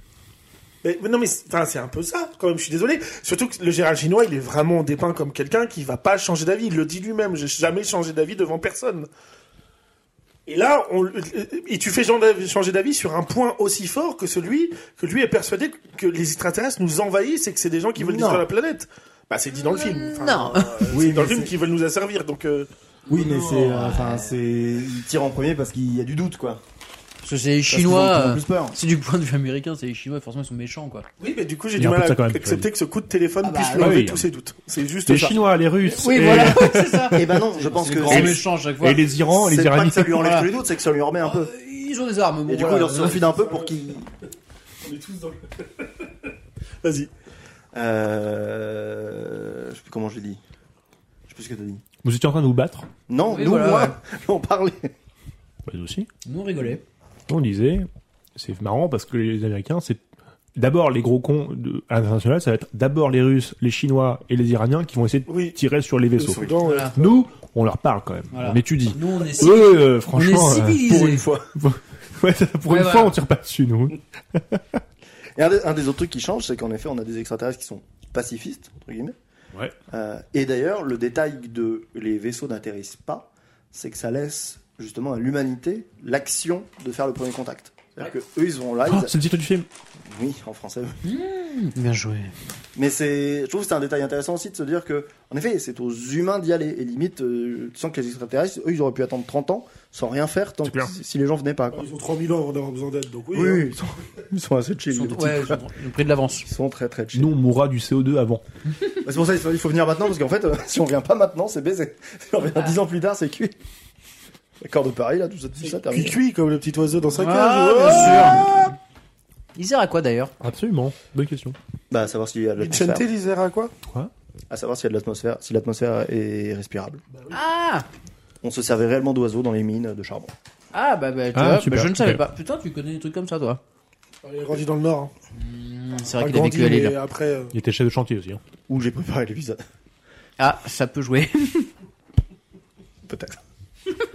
B: Mais, mais non, mais c'est enfin, c'est un peu ça, quand même, je suis désolé. Surtout que le Gérald Chinois, il est vraiment dépeint comme quelqu'un qui va pas changer d'avis. Il le dit lui-même, j'ai jamais changé d'avis devant personne. Et là, on, et tu fais genre d'av- changer d'avis sur un point aussi fort que celui que lui est persuadé que les extraterrestres nous envahissent et que c'est des gens qui veulent
A: Non.
B: détruire la planète. Bah, c'est dit dans le film.
C: Non.
B: euh,
A: Oui,
B: c'est
A: mais
B: dans le film
A: c'est-
B: qu'ils veulent nous asservir, donc. euh,
A: Oui, mais c'est, enfin, c'est, il tire en premier parce qu'il y a du doute, quoi.
C: Parce que c'est les
E: Parce qu'ils ont
C: Chinois.
E: de plus en
C: euh,
E: plus peur.
C: C'est du point de vue américain, c'est les Chinois, forcément, ils sont méchants, quoi.
B: Oui, mais du coup, j'ai
D: Il y
B: du
D: a un
B: mal
D: peu de ça quand
B: à
D: même,
B: accepter que ce coup de téléphone
C: Ah bah,
B: puisse
C: oui,
B: lever
D: oui.
B: tous ses doutes. C'est juste
D: Les
B: ça.
D: Chinois, les Russes.
C: Oui,
D: et-
C: voilà, [laughs] c'est ça.
A: Eh ben non, je pense
C: C'est
A: que
C: grand
A: c'est-
C: méchant à chaque fois.
D: Et les Irans, les
A: c'est pas
D: Iraniens.
A: que ça lui enlève
C: Voilà.
A: tous les doutes, c'est que ça lui remet un peu.
C: Euh, Ils ont des armes.
A: Et
C: bon,
A: du coup, il
C: voilà.
A: en suffit un peu pour qu'il.
B: Vas-y.
A: Euh... Je sais plus comment j'ai dit. Je sais plus ce que t'as dit.
D: Vous étiez en train de vous battre.
A: Non,
C: Oui,
A: nous,
C: voilà,
A: moi, [laughs] on parlait.
D: Bah, nous aussi.
C: Nous, on rigolait.
D: On disait, c'est marrant parce que les Américains, c'est d'abord les gros cons de, à l'international, ça va être d'abord les Russes, les Chinois et les Iraniens qui vont essayer de
B: Oui.
D: tirer sur les
B: Le
D: vaisseaux.
B: Soudan,
C: Voilà.
D: Nous, on leur parle quand même.
C: Voilà.
D: On étudie.
C: Nous, on est civilisés.
D: Eux, euh,
C: On est
D: franchement, euh,
C: civilisés.
D: pour une [laughs] fois, ouais, ça, pour
C: Ouais,
D: une
C: voilà.
D: fois, on tire pas dessus nous.
A: Et un, des- un des autres trucs qui change, c'est qu'en effet, on a des extraterrestres qui sont pacifistes, entre guillemets.
D: Ouais.
A: Euh, et d'ailleurs, le détail de les vaisseaux n'atterrissent pas, c'est que ça laisse justement à l'humanité l'action de faire le premier contact. C'est-à-dire que eux, ils vont
C: Ah,
A: là,
D: Oh,
A: ils-
D: c'est le titre du film.
A: oui, en français. oui.
C: Bien joué.
A: Mais c'est, je trouve que c'est un détail intéressant aussi de se dire que, en effet, c'est aux humains d'y aller. Et limite, euh, tu sens que les extraterrestres, eux, ils auraient pu attendre 30 ans sans rien faire tant
D: C'est
A: que
D: clair.
A: si si les gens venaient pas. Quoi.
B: Ils ont 3000 ans avant d'avoir besoin d'aide, donc oui.
A: Oui,
B: hein.
A: oui, ils sont, ils sont assez chill.
C: Ils sont,
A: les petits.
C: ouais, ils sont- ils ont pris de l'avance.
A: Ils sont très très chill.
D: Nous, on mourra du CO2 avant.
A: Bah, C'est pour ça qu'il faut venir maintenant, parce qu'en fait, euh, [laughs] si on vient pas maintenant, c'est baisé. Si on vient 10 ans plus tard, c'est cuit. L'accord de Paris, là, tout ça, tout ça terminé.
B: Cuit-cuit, comme le petit oiseau dans sa
C: Ah,
B: cage.
C: bien sûr. Il sert à quoi d'ailleurs
D: Absolument. Bonne question.
A: Bah, à savoir s'il y a de
B: Vicente,
A: l'atmosphère.
B: il sert à quoi
A: À savoir s'il y a de l'atmosphère, si l'atmosphère est respirable.
C: Ah
A: On se servait réellement d'oiseaux dans les mines de charbon.
C: Ah bah, bah, tu
D: Ah,
C: vois,
D: super,
C: bah, je ne savais
D: ok.
C: pas. Putain, tu connais des trucs comme ça toi.
B: Il a grandi dans le Nord. hein.
C: C'est vrai
B: Pas
C: qu'il a
B: grandi,
C: vécu à
B: mais
C: Lille.
B: après. euh,
D: Il était chef de chantier aussi. hein.
A: Où j'ai préparé l'épisode,
C: Ah, ça peut jouer.
A: peut-être.
C: [laughs]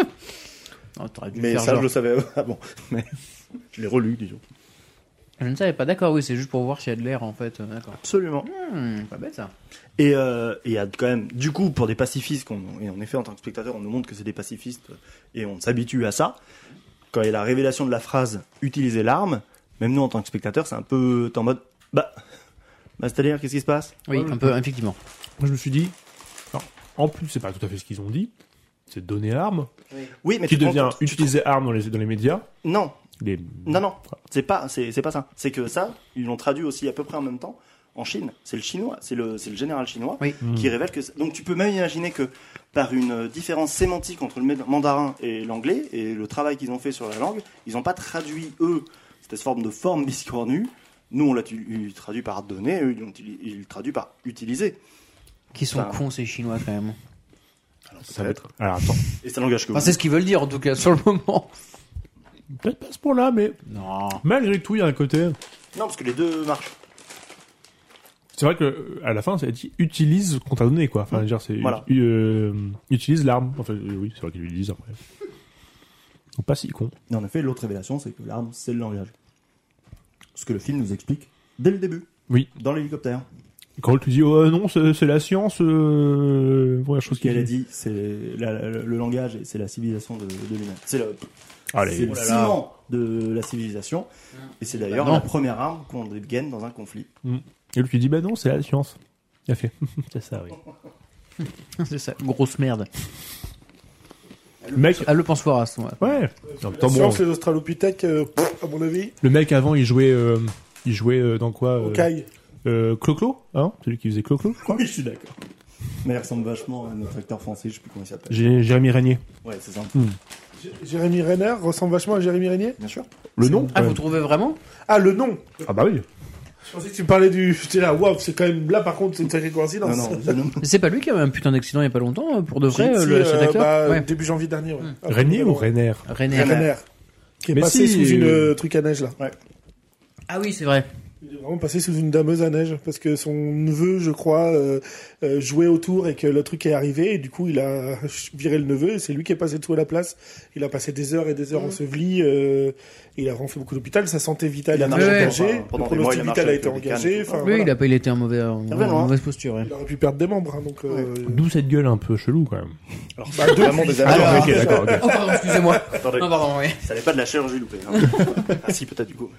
C: Oh, t'aurais dû
A: Mais
C: faire
A: ça,
C: genre.
A: je le savais [laughs] avant. Mais je l'ai relu, disons.
C: Je ne savais pas, d'accord, oui, c'est juste pour voir s'il y a de l'air en fait. euh, D'accord.
A: Absolument.
C: Hmm, pas bête ça.
A: Et euh, et il y a quand même, du coup, pour des pacifistes, qu'on- et en effet, en tant que spectateur, on nous montre que c'est des pacifistes, euh, et on s'habitue à ça. Quand il y a la révélation de la phrase « utiliser l'arme », même nous, en tant que spectateur, c'est un peu t'es en mode « bah, bah c'est-à-dire, qu'est-ce qui se passe
C: Oui, un peu, effectivement.
D: Moi, je me suis dit, alors, en plus, c'est pas tout à fait ce qu'ils ont dit. C'est donner arme. ?»
A: Oui, mais
D: qui
A: tu te rends
D: devient
A: compte- tu te-
D: utiliser arme dans les, dans les médias.
A: Non,
D: Les...
A: non, non, c'est pas, c'est c'est pas ça. C'est que ça, ils l'ont traduit aussi à peu près en même temps en Chine. C'est le chinois, c'est le, c'est le général chinois
C: Oui.
D: Hmm.
A: qui révèle que... c'est- Donc tu peux même imaginer que par une euh, différence sémantique entre le mé- mandarin et l'anglais, et le travail qu'ils ont fait sur la langue, ils n'ont pas traduit, eux, cette forme de forme [laughs] biscornue. Nous, on l'a tu- eu- traduit par donner, eux, ils l'ont utili- ils le traduisent par utiliser.
C: Qui sont
A: Enfin,
C: cons ces Chinois quand même.
A: Alors,
D: Ça va
A: peut-être.
D: être. Alors attends,
A: Et c'est un langage que
C: Enfin,
A: vous-
C: c'est ce qu'ils veulent dire en tout cas sur le moment.
D: peut-être pas à ce point-là, mais
C: Non.
D: malgré tout, il y a un côté.
A: Non, parce que les deux marchent.
D: C'est vrai que euh, à la fin, ça dit utilise ce qu'on t'a donné, quoi. Enfin, je veux dire, c'est
A: Voilà.
D: ut- euh, utilise l'arme. Enfin, euh, oui, c'est vrai qu'ils l'utilisent après. Donc, pas si con.
A: Mais en effet, l'autre révélation, c'est que l'arme, c'est le langage. Ce que le film nous explique dès le début.
D: Oui.
A: Dans l'hélicoptère.
D: Quand tu dis oh non, c'est c'est la science, euh, première chose qu'il
A: qu'elle a dit, c'est la- la- le langage et c'est la civilisation de, de l'humain. C'est le, c'est
D: Allez,
A: le
C: Oh là là.
A: ciment de la civilisation. Et c'est d'ailleurs
C: non.
A: la première arme qu'on dégaine dans un conflit.
D: et lui tu dis bah non, c'est la science. Il a fait. c'est ça, oui.
C: [laughs] c'est ça, grosse merde.
D: Le mec,
C: Elle le pense fort à ce moment
D: ouais. En même
B: La
D: temps, bon,
B: science, les Australopithèques, euh, pff, à mon avis,
D: le mec avant, il jouait, euh, il jouait euh, dans quoi
B: au
D: euh,
B: caille.
D: euh, Clo-Clo, hein Celui qui faisait Clo-Clo.
A: Oui, je suis d'accord. Mais elle ressemble vachement à notre acteur français, je sais plus comment il s'appelle.
D: J'ai- Jérémy Régnier.
A: Ouais, c'est ça.
B: Jérémy Renner ressemble vachement à Jérémy Régnier
A: Bien sûr.
D: Le nom
C: Ah,
D: ouais.
C: vous trouvez vraiment
B: Ah, le nom
D: Ah bah oui.
B: Je pensais que tu me parlais du. J'étais là, waouh, c'est quand même. Là, par contre, c'est une sacrée
A: Non,
B: coïncidence. [laughs]
A: non, je- non.
C: Mais C'est pas lui qui avait un putain d'accident il y a pas longtemps, euh, pour de
B: Si,
C: vrai, euh,
B: si,
C: le- cet
B: euh,
C: acteur
B: bah,
C: Ouais.
B: Début janvier dernier, ouais. Ah,
D: Régnier ou
B: ouais.
D: Renner
C: René.
A: René.
B: Renner. Qui est
D: Mais
B: passé
D: si,
B: sous une
D: euh,
B: euh, truc à neige, là.
C: Ah oui, c'est vrai.
B: Il est vraiment passé sous une dameuse à neige parce que son neveu, je crois, euh, euh, jouait autour et que le truc est arrivé et du coup il a viré le neveu et c'est lui qui est passé dessous à la place. Il a passé des heures et des heures enseveli. Euh, et il a vraiment fait beaucoup d'hôpital. Sa santé vitale
A: Il a
B: a été
A: marché
B: engagée.
A: pendant- pendant
B: le
A: des mois, il
B: pronostic
A: a
B: vital
A: marché
B: a été
A: avec des
B: engagé.
A: cannes.
B: Enfin,
C: Oui,
B: voilà.
C: il a pas, il était en, mauvais, en
A: Hervé Noir.
C: mauvaise posture. ouais.
B: Il aurait pu perdre des membres. hein, donc, euh,
D: D'où cette gueule un peu chelou quand même.
A: Alors, c'est vraiment des amis.
D: Alors, ok, d'accord. ok.
C: Oh, pardon, excusez-moi.
A: Attendez.
C: Non, pardon, oui.
A: Ça n'est pas de la chirurgie loupée. hein.
C: [laughs]
A: ah, si, peut-être du coup.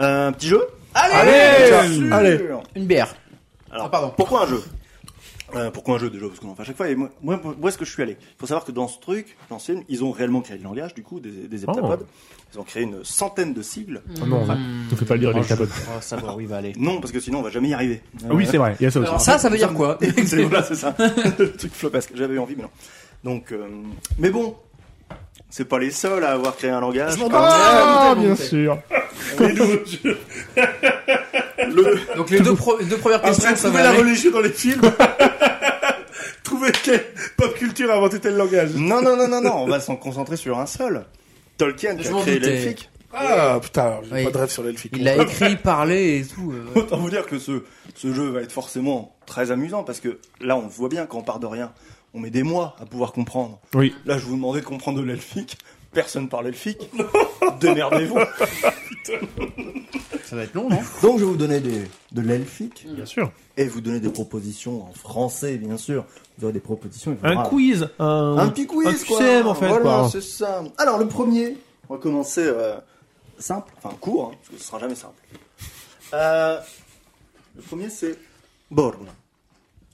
A: Euh, petit jeu
C: Allez
A: Bien sûr.
B: Allez.
C: Une bière.
A: Alors,
C: Ah, pardon.
A: Pourquoi un jeu Euh, pourquoi un jeu déjà Parce qu'on en fait à chaque fois. Et moi, moi, où est-ce que je suis allé Il faut savoir que dans ce truc, dans ce film, ils ont réellement créé le langage, du coup, des, des heptapodes. Ils ont créé une centaine de sigles.
D: Ah non,
C: Mmh.
D: ne fais pas lire les
C: Oh, je
D: capotes.
C: crois savoir où il va aller.
A: Non, parce que sinon, on va jamais y arriver.
D: Ah oui,
A: Euh, [laughs]
D: c'est vrai, il y a ça aussi.
C: Alors ça, ça veut dire quoi
A: c'est voilà, c'est ça. [laughs] le truc flopesque. J'avais eu envie, mais non. Donc, euh, mais bon, c'est pas les seuls à avoir créé un langage.
C: Je m'en
A: Quand
D: Ah,
C: Ah,
D: bien sûr.
A: même, le-
C: Donc les deux, pro- les deux premières questions,
B: Après,
C: ça
B: trouver
C: va
B: la
C: aller.
B: religion dans les films. [laughs] trouver quelle pop culture a inventé tel langage.
A: Non, non, non, non, non. On va s'en concentrer sur un seul. Tolkien qui
C: Je
A: a
C: m'en
A: créé
C: doutais.
A: l'elfique.
B: Ah, putain, alors, j'ai
C: Oui.
B: pas de rêve sur l'elfique.
C: Il a écrit, parlé et tout. euh, ouais.
A: Autant vous dire que ce, ce jeu va être forcément très amusant parce que là, on voit bien qu'on part de rien. On met des mois à pouvoir comprendre.
D: Oui.
A: Là, je vous demandais de comprendre de l'elfique. Personne parle [laughs] elfique. Démerdez-vous.
C: Ça va être long, non
A: Donc, je vais vous donner des- de l'elfique.
D: Bien sûr.
A: Et vous donnez des propositions en français, bien sûr. Vous aurez des propositions. il
D: Un
A: faudra-
D: quiz. Un,
A: Un petit quiz,
D: un
A: quoi.
D: QCM, en fait.
A: Voilà,
D: quoi.
A: c'est ça. Alors, le premier, on va commencer euh, simple, enfin court, hein, parce que ce sera jamais simple. Euh, le premier, c'est Born.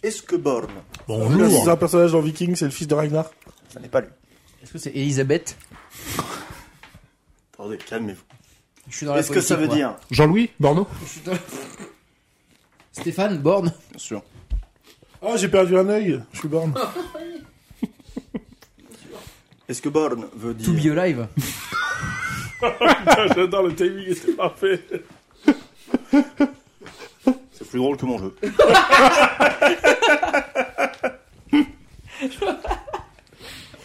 A: Est-ce que Born
B: Là,
D: Bonjour.
B: C'est un personnage dans Viking, c'est le fils de Ragnar.
A: Ça n'est pas lui.
C: Est-ce que c'est Elisabeth
A: Attendez, calmez-vous.
C: Je suis dans la
A: Est-ce que ça veut
C: politique,
A: dire
D: Jean-Louis Borno
C: moi. Je suis dans la- Stéphane Borne
A: Bien sûr.
B: Oh, j'ai perdu un œil. Je suis borne.
A: Est-ce que Born veut
C: To be
A: dire
C: alive.
B: [laughs] J'adore le timing, c'est parfait.
A: C'est plus drôle que mon jeu.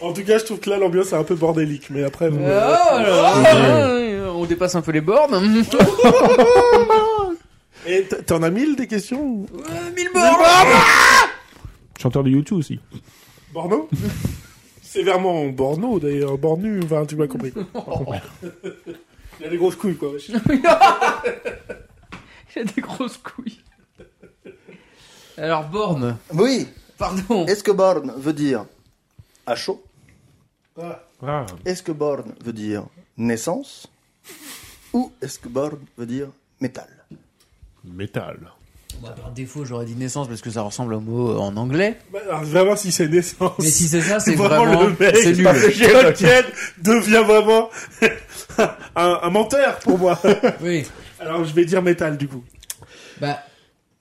B: En tout cas, je trouve que là, l'ambiance est un peu bordélique. Mais après, bon,
C: Oh
B: euh,
C: là Euh, là, On dépasse un peu les bornes.
B: Et t- t'en as mille des questions ou-
C: Ouais, Mille bornes [laughs]
D: Chanteur de YouTube aussi.
B: Borno [laughs] Sévèrement Borno, d'ailleurs. Bornu, enfin, tu m'as [laughs] compris. Il a des grosses couilles, quoi. wesh.
C: Il a des grosses couilles. Alors, borne.
A: Oui.
C: Pardon.
A: Est-ce que Born veut dire à chaud
B: Ah.
D: Ah.
A: Est-ce que Born veut dire naissance Ou est-ce que Born veut dire métal
D: Métal.
C: Bah, par défaut, j'aurais dit naissance parce que ça ressemble au mot euh, en anglais.
B: Bah, alors, vraiment, si c'est naissance.
C: Mais si c'est ça, c'est
B: vraiment,
C: vraiment.
B: le mec.
C: C'est nul.
B: Tolkien devient vraiment [laughs] un, un menteur pour moi.
C: Oui.
B: [laughs] Alors je vais dire métal du coup.
C: Bah.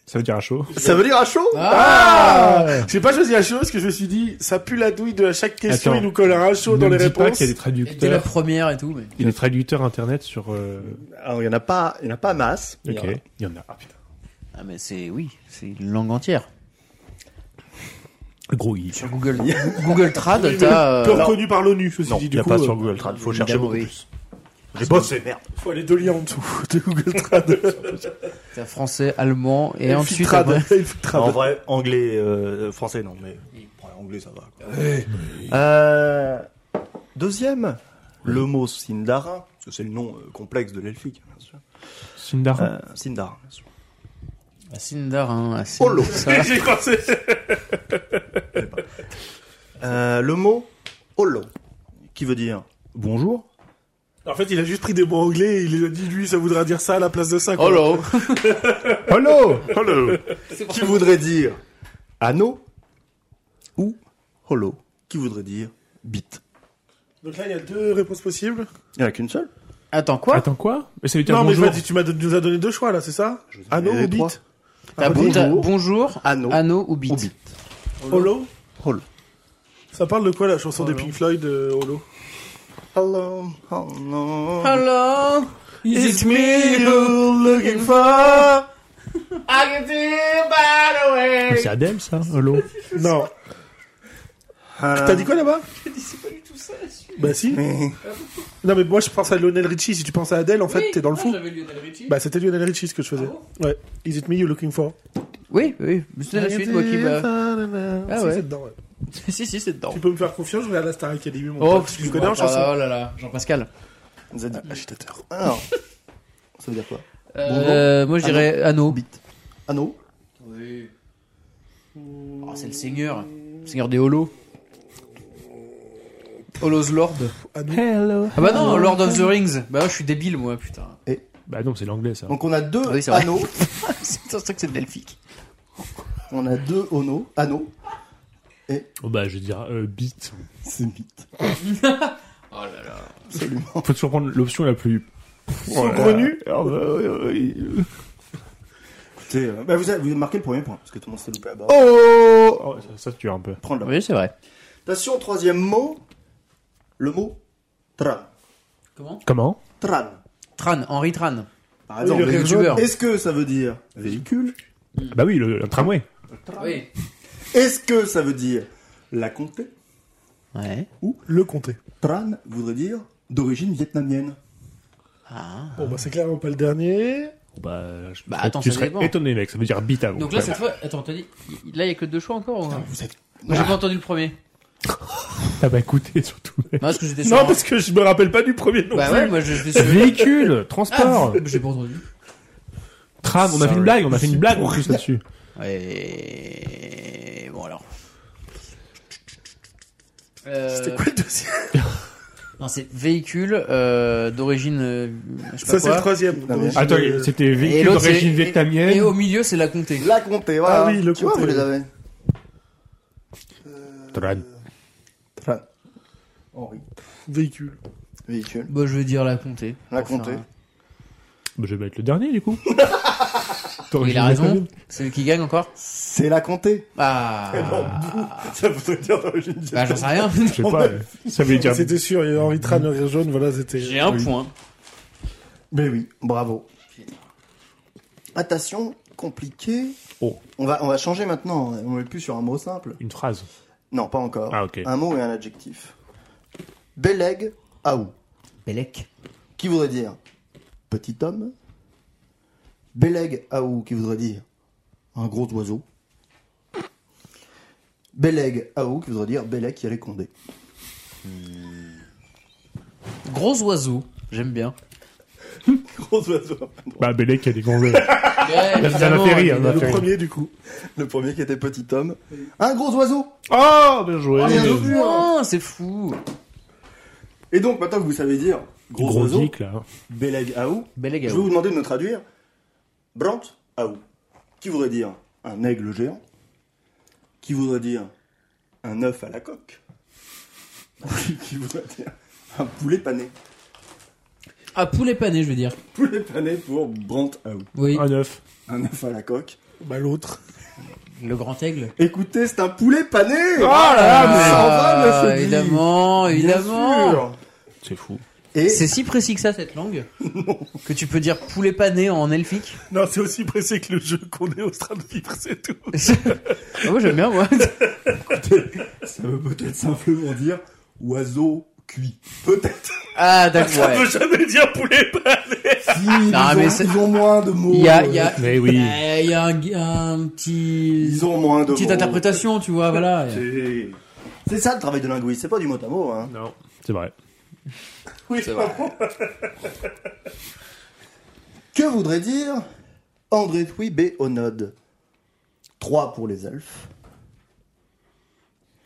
D: Ça veut dire à chaud.
A: Ça veut dire à chaud
B: Ah J'ai pas choisi la chose parce que je me suis dit ça pue la douille de à chaque question,
D: Attends.
B: il nous colle un
D: ne
B: chaud dans
D: me
B: les
D: dis pas
B: réponses.
D: qu'il y a des
C: T'es la
D: traducteurs.
C: première et tout, mais.
D: Il y a des traducteurs internet sur. euh,
A: Alors, Ah, il n'y en a pas, il y en a pas masse. Il
D: Ok.
A: y en a-
D: Il y en a. Ah putain.
C: Ah, mais c'est. Oui, c'est une langue entière.
D: Gros i.
C: Sur Google, Google [laughs] Trad, t'as.
B: Peu
C: euh,
B: reconnu par l'ONU, ceci
A: Non,
B: dit
A: il
B: du
A: n'y a
B: coup.
A: pas
B: euh,
A: sur Google Trad. Faut chercher
C: évidemment,
A: beaucoup
C: oui.
A: plus. J'ai bossé, merde.
B: Faut aller deux liens en dessous [laughs] de Google Trad.
C: T'as français, allemand et ensuite.
B: Trad.
C: après-
B: [laughs]
A: En
B: Trad.
A: vrai, anglais, euh, français, non, mais ouais, anglais, ça va. quoi. Euh, deuxième, le mot Sindarin, parce que c'est le nom euh, complexe de l'elfique, bien sûr.
D: Sindar.
A: Euh, Sindarin, bien sûr.
C: Ah, Sindar, hein. ah, Sindar,
A: Olo.
C: ça va.
B: J'ai pensé.
A: Euh, le mot Olo, qui veut dire bonjour.
B: En fait, il a juste pris des mots anglais et il les a dit lui, ça voudra dire ça à la place de ça. quoi.
C: Olo.
D: Hello
A: qui voudrait dire anneau ou hollow, qui voudrait dire bit.
B: Donc là, il y a deux réponses possibles.
A: Il n'y en a qu'une seule.
C: Attends, quoi
D: Attends quoi Mais ça veut dire
B: Non, mais
D: bonjour.
B: tu m'as dit- tu m'as donné- nous as donné deux choix là, c'est ça Anneau
A: les
B: ou
A: trois.
B: bit
C: T'as
B: Ah,
C: bon- t'as-
A: bonjour.
C: bonjour,
A: Anneau.
C: anneau ou
A: Ou
C: bit.
A: bit.
B: Holo
A: Hollow.
B: Ça parle de quoi la chanson des
C: Holo.
B: Pink Floyd, euh, Holo
A: Hello, oh hello.
C: Hello, is it me
A: you're looking for?
C: I can see you by the way.
D: Mais C'est Adèle ça Hello
B: Non. T'as dit quoi là-bas Bah si. Non mais moi je pense à Lionel Richie. Si tu penses à Adele, en fait t'es
C: Ah,
B: dans le fou. Bah c'était Lionel Richie ce que je faisais. ouais. Is it me you looking for
C: Oui, oui, mais c'est la suite, moi qui va. Ah
B: Ah
C: ouais.
B: ouais. Dedans, ouais.
C: [laughs] si, si, c'est dedans.
B: Tu peux me faire confiance. Je regarde la Star Academy. Mon
C: Oh,
B: pote, tu connais en chanson.
C: Oh là là, Jean-Pascal.
A: Vous êtes agitateur. Alors, ça veut dire quoi?
C: Euh, moi je dirais anneau. Bit.
A: Anneau?
C: Oui. Oh, c'est le seigneur. Le seigneur des holos. Holos Lord.
B: Ah non.
D: Hello
C: Ah bah non, Lord of the Rings. Bah je suis débile moi, putain.
D: Bah non, c'est l'anglais ça.
A: Donc on a deux
C: Oui, [laughs] c'est vrai.
A: anneaux.
C: c'est un truc, c'est de l'elfique.
A: On a deux Ono, Ano,
D: Oh, bah, je vais dire euh, bit.
A: c'est mythe,
C: Oh là là.
A: absolument.
D: Faut toujours prendre l'option la plus.
B: Saugrenue
D: Ah, bah, oui, oui, oui.
A: Écoutez, euh, bah, vous, avez, vous marquez le premier point, parce que tout le monde s'est loupé à bord.
D: Oh, ça, ça tue un peu.
A: Prendre la...
C: Oui, c'est vrai.
A: Attention, troisième mot, le mot tran.
C: Comment
D: Comment
A: Tran.
C: Tran, Henri Tran.
A: Par exemple,
B: le
C: youtubeur.
A: est-ce que ça veut dire véhicule
D: Bah oui, le, un tramway.
C: Oui.
A: Est-ce que ça veut dire la comté
C: Ouais.
B: Ou le comté.
A: Tran voudrait dire d'origine vietnamienne.
C: Ah. Euh,
B: Bon, bah, c'est clairement pas le dernier.
D: Bah, je-
C: Bah, attends,
D: tu
C: ça
D: serais
C: dépend.
D: étonné, mec. Ça veut dire bit avant.
C: Donc là, cette fois, attends, t'as dit, là, il y a que deux choix encore ou
A: Vous êtes...
C: Moi, j'ai pas entendu le premier.
D: Ah, bah, écoutez, surtout.
C: Non, parce que j'étais sur.
B: Non, parce que je me rappelle pas du premier non
C: Bah
B: plus.
C: ouais, moi, je- j'étais sur.
D: Véhicule,
C: Ah,
D: transport,
C: j'ai pas entendu.
D: tram. On a fait
A: Sorry.
D: une blague, on a fait une blague en plus là-dessus.
C: Ouais. Bon, alors. Euh,
B: C'était quoi le deuxième
C: Non, c'est véhicule euh, d'origine. euh, je sais
B: Ça,
C: pas
B: c'est le
C: quoi.
B: troisième.
A: Ah, mais-
D: Attends,
B: Euh,
D: c'était
C: Et
D: véhicule
C: l'autre, c'est-
D: d'origine
C: et- Et au
D: vietnamienne.
C: milieu, c'est la comté.
A: La comté, voilà.
B: Ah oui, le
A: tu vois,
B: comté,
A: vous les
B: oui.
A: avez.
D: Tran.
A: Tran. Henri.
B: Véhicule.
A: Véhicule.
C: Bah, je veux dire la comté.
A: La
C: Pour
A: comté.
C: faire
D: Bah, je vais mettre le dernier, du coup.
C: un- Il a raison. C'est lui qui gagne encore.
A: C'est la comté.
C: Ah.
A: [laughs] Ça voudrait dire euh, d'origine
C: Bah, j'en sais rien.
D: Je sais pas, ça veut dire.
B: C'était sûr, il y a Henri Tran, le rire jaune, voilà, c'était.
C: [laughs] J'ai un
B: Oui.
C: point.
A: Mais oui, bravo. Attention, compliqué.
D: Oh,
A: On va, on va changer maintenant. hein. On n'est plus sur un mot simple.
D: une phrase.
A: Non, pas encore.
D: Ah, ok.
A: Un mot et un adjectif. Beleg Aou,
C: Bellec.
A: qui voudrait dire petit homme. Beleg Aou, qui voudrait dire un gros oiseau. Beleg Aou, qui voudrait dire Beleg qui allait condé.
C: Gros oiseau. J'aime bien.
A: [laughs] Gros oiseau.
D: Bah, Bélec, il y a des grands jeux.
C: Ouais,
D: Ça m'a
C: évidemment,
D: fait rire. ça m'a
B: Le
D: fait rire.
B: premier, du coup.
A: Le premier qui était petit homme. Un gros oiseau
D: Oh, bien joué.
A: Ah, bien joué.
C: Non, c'est fou.
A: Et donc, maintenant que vous savez dire gros,
D: Gros
A: oiseau,
D: geek, là.
A: Beleg Aou,
C: Bellec.
A: Je vais vous demander de me traduire Brant Aou, qui voudrait dire un aigle géant, qui voudrait dire un œuf à la coque, [laughs] qui voudrait dire un poulet pané.
C: Ah, poulet pané, je veux dire.
A: Poulet pané pour Brant Aou,
C: Oui.
B: Ah,
D: Un œuf.
A: un œuf à la coque.
B: Bah, l'autre.
C: Le grand aigle.
A: Écoutez, c'est un poulet pané Oh
C: Ah, évidemment, évidemment.
D: C'est fou.
A: Et
C: C'est si précis que ça cette [laughs] langue que tu peux dire poulet pané en elfique.
B: Non, c'est aussi pressé que le jeu qu'on est au train de vivre, c'est tout.
C: [laughs] Ah ouais, j'aime bien moi.
A: ça veut peut-être simplement dire oiseau cuit.
C: [laughs]
A: Peut-être
C: Ah d'accord.
B: Ça
C: ouais.
A: [laughs]
B: veut jamais dire poulet pané.
A: si, ils,
C: Non, mais
A: ont,
C: c'est-
A: ils ont moins de mots.
C: Il y a,
A: euh,
C: il y a,
D: Mais oui.
C: Euh, il y a un, un petit,
A: Ils ont moins de
C: petite
A: mots.
C: interprétation, tu vois, voilà.
A: C'est- C'est ça le travail de linguiste, c'est pas du mot à mot. Hein.
D: Non. C'est vrai.
B: Oui, c'est vrai.
A: Que voudrait dire André Thuy B. Onode 3 pour les elfes.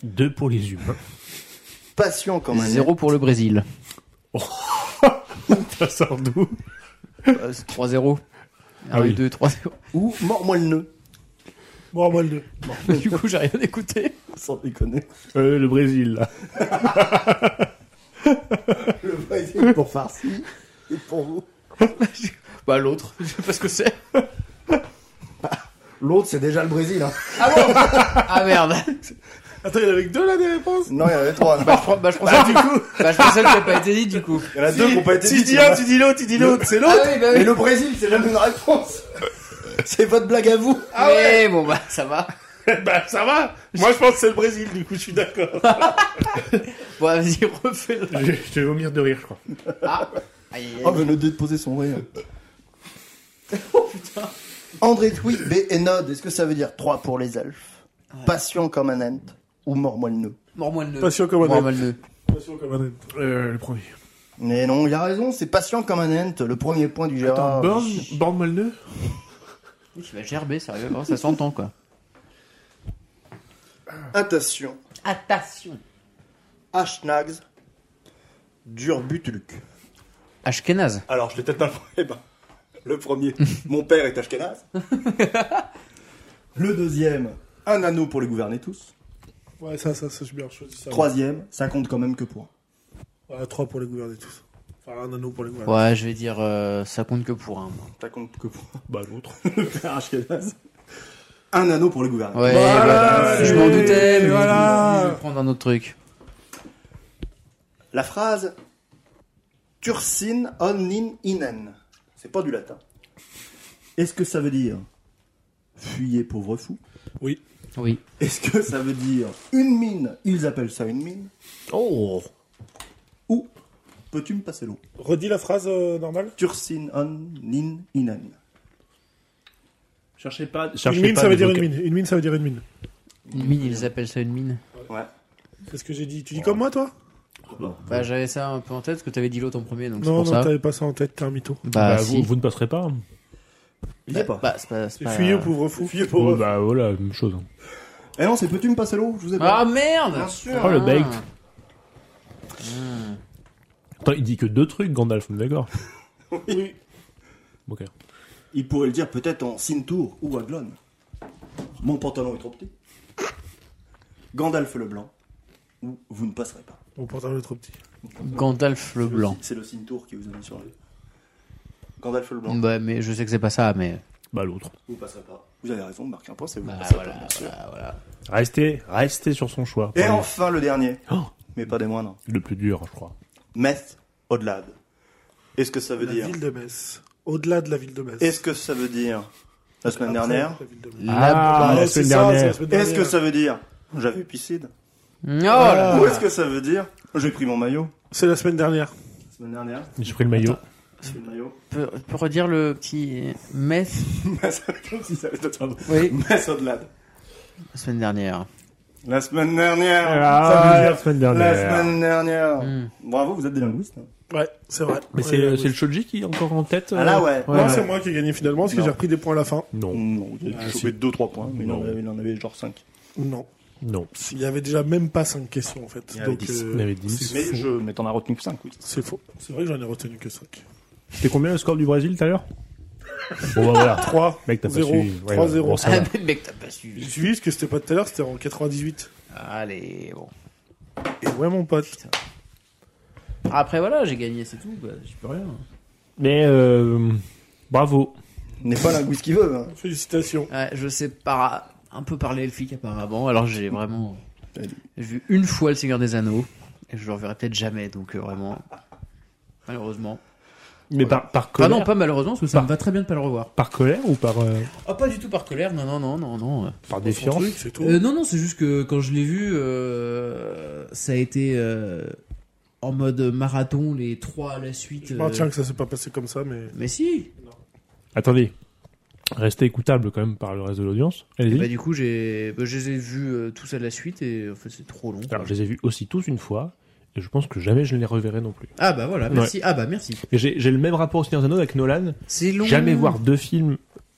D: Deux pour les humains.
A: Patient comme un
C: Zéro pour le Brésil.
D: Ça sort d'où
B: Euh,
C: 3-0.
D: Ah oui.
C: 2, 3, 0.
A: ou mort moelleux.
B: Bon, moi, le deux.
C: [laughs] Euh, Du coup, j'ai rien écouté.
A: Sans déconner.
D: Euh, Le Brésil, là.
A: Le Brésil pour farci et pour vous.
C: Bah, [laughs] l'autre. Je sais pas ce que c'est.
A: L'autre, c'est déjà le Brésil. Hein.
C: Ah [laughs] merde.
B: Attends, il y en avait que deux, là, des réponses
A: Non, il y en avait trois. non.
C: Bah, je, prends- bah, je pensais que [laughs] bah, je pensais que t'as pas été dit, du coup.
A: Il y en a deux qui n'ont pas été hein.
B: Si
A: dit,
B: je dis
A: c'est
B: un,
A: vrai.
B: tu dis l'autre, tu [laughs] dis l'autre, c'est
C: Ah
B: l'autre.
C: oui, bah
A: Mais
C: oui.
A: le Brésil, c'est jamais une réponse. C'est votre blague à vous.
C: Mais bon, bah, ça va.
B: Ah [laughs] Bah, ça va. Moi, je pense que c'est le Brésil, du coup, je suis d'accord.
C: [laughs] Bon, vas-y, refais-le.
D: Je je vais vomir de rire, je crois.
C: Aïe, aïe,
A: Oh,
C: aïe.
A: mais le dieu de poser son hein. rire. oh putain. Oh, André Thuy B. Enode, est-ce que ça veut dire 3 pour les elfes Patient comme un ant ou mort moelleux
C: Mors-moi le nœud.
B: Patient comme un
C: Mors-moi
B: âne.
C: le nœud.
B: Patient comme un âne.
D: Euh, le premier.
A: Mais non, il a raison, c'est patient comme un ant, le premier point du
B: Ah,
A: Gérard.
D: Born, Born Malneux
C: Oui, Tu vas gerber, sérieux. hein, Ça s'entend, quoi.
A: Attention,
C: Attention.
A: Ashnags, Durbutulk.
C: Ashkenaz.
A: Alors, je l'ai peut-être mal eh ben, Le premier, mon père est Ashkenaz. [laughs] Le deuxième, un anneau pour les gouverner tous.
B: Ouais, ça, ça, ça, c'est bien choisi. Ça,
A: Troisième, ça compte quand même que pour un.
B: Ouais, trois pour les gouverner tous. Enfin, un anneau pour les gouverner.
C: Ouais, je vais dire, euh, ça compte que pour un. moi.
A: Ça compte que pour
D: Bah, l'autre.
A: le père Ashkenaz. Un anneau pour les gouverner.
C: Ouais,
B: Voilà,
C: voilà. je
B: allez,
C: m'en doutais, mais
B: voilà.
C: je vais prendre un autre truc.
A: La phrase Tursin onin inen. C'est pas du latin. Est-ce que ça veut dire fuyez pauvre fou
C: Oui.
A: Est-ce que ça veut dire une mine Ils appellent ça une mine.
D: Oh
A: Ou peux-tu me passer l'eau
B: Redis la phrase euh, normale.
A: Tursin onin inen.
D: Cherchez pas.
B: Une mine, ça veut dire une mine. Une mine, ça veut dire une mine.
C: Une mine, ils appellent ça une mine.
A: Ouais.
B: C'est ce que j'ai dit. Tu dis comme moi, toi
C: Bah, j'avais ça un peu en tête, parce que t'avais dit l'autre en premier, donc c'est
B: Non,
C: pour
B: non,
C: ça.
B: t'avais pas ça en tête, t'es un mytho.
C: Bah, si.
D: vous, vous ne passerez pas. hein.
A: Il y a pas.
C: Bah, c'est pas. c'est
B: C'est
C: pas-
B: fuyeux, pauvre fou.
A: Fuyez
D: Oh,
A: pauvre fou.
D: bah voilà, même chose.
A: Eh non, c'est peux-tu me passer l'eau Je vous ai pas.
C: Ah merde
A: Bien sûr.
D: Oh, le
C: Ah.
D: bait.
C: Ah.
D: Attends, il dit que deux trucs, Gandalf, on est d'accord
B: [laughs] Oui.
D: Ok.
A: Il pourrait le dire peut-être en Sintour ou Aglon. Mon pantalon est trop petit. Gandalf le blanc. Ou vous ne passerez pas.
B: Mon pantalon est trop petit.
C: Gandalf le blanc.
A: C'est le Sintour qui vous a mis sur le. Gandalf le blanc.
C: Bah, mais je sais que c'est pas ça, mais.
D: Bah, l'autre.
A: Vous passerez pas. Vous avez raison, marquez un point, c'est vous.
C: Bah,
A: passerez pas,
C: voilà,
A: bien sûr.
C: voilà, voilà.
D: Restez, restez sur son choix.
A: Et
D: Pardon.
A: enfin le dernier,
D: Oh,
A: mais pas des moindres.
D: le plus dur, je crois.
A: Meth Odlad. Est-ce que ça veut
B: La
A: dire
B: ville de Metz. Au-delà de la ville de Metz.
A: Est-ce que ça veut dire la semaine
B: Après,
A: dernière
B: la ville de Metz.
C: La-
D: Ah,
B: Ouais,
D: la semaine
B: c'est ça, c'est la
D: dernière.
B: semaine dernière.
A: Est-ce que ça veut dire j'avais piscine
C: Oh là
A: Ou est-ce que ça veut dire j'ai pris mon maillot
B: C'est la semaine dernière.
A: La semaine dernière,
D: J'ai pris le maillot.
A: j'ai pris le maillot.
C: Peux, peux redire le petit mess
A: Comme [laughs] si ça avait été un mot.
C: [laughs] Oui.
A: Meth Odlad.
C: La semaine dernière.
A: La semaine dernière
D: Ah,
A: ça veut
D: la
A: dire
D: semaine
A: La
D: dernière.
A: semaine dernière
C: Hmm.
A: Bravo, vous êtes des linguistes. hein.
B: Ouais, c'est vrai.
D: Mais
B: Ouais,
D: c'est,
B: ouais,
D: c'est
B: ouais.
D: le Shoji qui est encore en tête.
A: Ah là,
D: euh,
A: ouais.
B: Non, c'est moi qui ai gagné finalement parce que
A: Non.
B: j'ai repris des points à la fin.
D: Non,
A: Non, vous avez
D: Ah,
A: chopé
D: si.
A: 2-3 points, mais il en
D: Non.
A: avait- il en avait genre 5.
B: Non.
D: non.
B: Il y avait déjà même pas 5 questions en fait.
A: Il y avait
B: Donc,
A: dix.
B: euh,
D: Il y avait dix.
B: c'est
A: Mais
B: faux.
A: je mais t'en as retenu 5, oui.
B: C'est faux. C'est vrai que j'en ai retenu que 5.
D: C'était combien le score du Brésil tout à l'heure Bon, bah voilà.
B: 3,
D: Mec, t'as pas
B: 0,
D: suivi. Ouais,
B: 3,
D: ouais,
B: 0.
D: bon, ça va.
C: Ah, [laughs] mais mec, t'as pas
B: J'ai
C: suivi.
B: suivi parce que c'était pas tout à l'heure, c'était en 98.
C: Allez, bon.
B: Et ouais, mon pote.
C: Après, voilà, j'ai gagné, c'est tout. Bah, je peux rien.
D: Mais euh, bravo.
A: N'est pas linguiste qui veut. hein.
B: Félicitations.
C: Ouais, je sais par... un peu parler elfique apparemment, alors
D: [laughs]
C: j'ai vraiment.
A: Allez.
C: J'ai vu une fois le Seigneur des Anneaux, et je le reverrai peut-être jamais, donc euh, vraiment. Malheureusement.
D: Mais par, par
C: Ah
D: colère
C: non, pas malheureusement, parce que ça
D: Par-
C: me va très bien de pas le revoir.
D: Par colère ou par, euh,
C: Ah, pas du tout par colère, non, non, non, non, non.
D: par
B: Son
D: défiance
B: truc, C'est tout.
C: Euh, non, non, c'est juste que quand je l'ai vu, euh, ça a été euh, en mode marathon, les trois à la suite.
B: Je
C: euh,
B: maintiens que ça s'est pas passé comme ça, mais.
C: Mais si
D: Attendez. Restez écoutable quand même par le reste de l'audience.
C: Et
D: Allez-y.
C: bah, du coup, j'ai, bah, je les ai vus euh, tous à la suite, et en fait, c'est trop long. quoi.
D: Alors, je les ai vus aussi tous une fois. Et je pense que jamais je ne les reverrai non plus.
C: Ah, bah voilà, merci. Ah, bah merci.
D: Et j'ai, j'ai le même rapport au Seigneur des Anneaux avec Nolan.
C: C'est long.
D: Jamais voir deux films,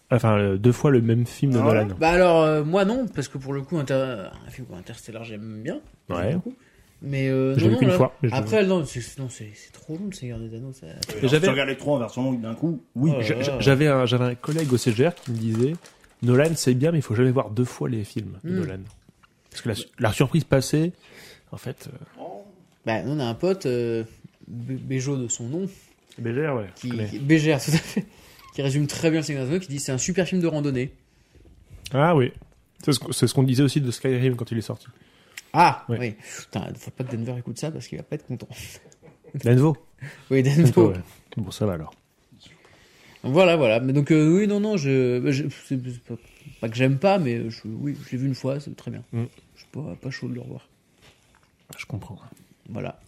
D: enfin euh, deux fois le même film de
A: Ah ouais
D: Nolan.
C: Bah alors, euh, moi non, parce que pour le coup, Inter- un film comme Interstellar, j'aime bien. j'aime
D: Ouais.
C: beaucoup. Mais euh,
D: Je
C: non,
D: l'ai vu
C: non,
D: qu'une
C: là-
D: fois, mais je l'ai
C: Après, non, c'est, non, c'est, c'est trop long, le Seigneur des Anneaux. Ça...
A: Alors,
D: Et
A: si
D: j'avais-
A: tu regardes les trois en version longue d'un coup, oui.
D: Oui,
C: Oh là
D: j'a- j'a-
C: là.
D: j'avais un, j'avais un collègue au CGR qui me disait Nolan, c'est bien, mais il faut jamais voir deux fois les films de
C: Hmm.
D: Nolan. Parce que la, su- la surprise passée, en fait. euh,
C: Bah, on a un pote, euh, B- Béjo de son nom,
D: Bégère, ouais.
C: qui, qui- Bégère, tout à fait, qui résume très bien le Seigneur des Anneaux, qui dit c'est un super film de randonnée.
D: Ah oui. C'est ce, qu'on- c'est ce qu'on disait aussi de Skyrim quand il est
C: [laughs]
D: sorti.
C: Ah,
D: Ouais.
C: oui. Putain, faut pas que Denver écoute ça parce qu'il va pas être content. [laughs]
D: Lanvo.
C: Oui, Denver.
D: Bon, ça va alors.
C: Voilà, voilà. Mais donc, euh, oui, non, non, je, je- c'est c'est pas, pas que j'aime pas, mais je, oui, je l'ai vu une fois, c'est très bien.
D: Mm.
C: Je suis pas, pas chaud de le revoir.
D: Je comprends.
C: Voilà.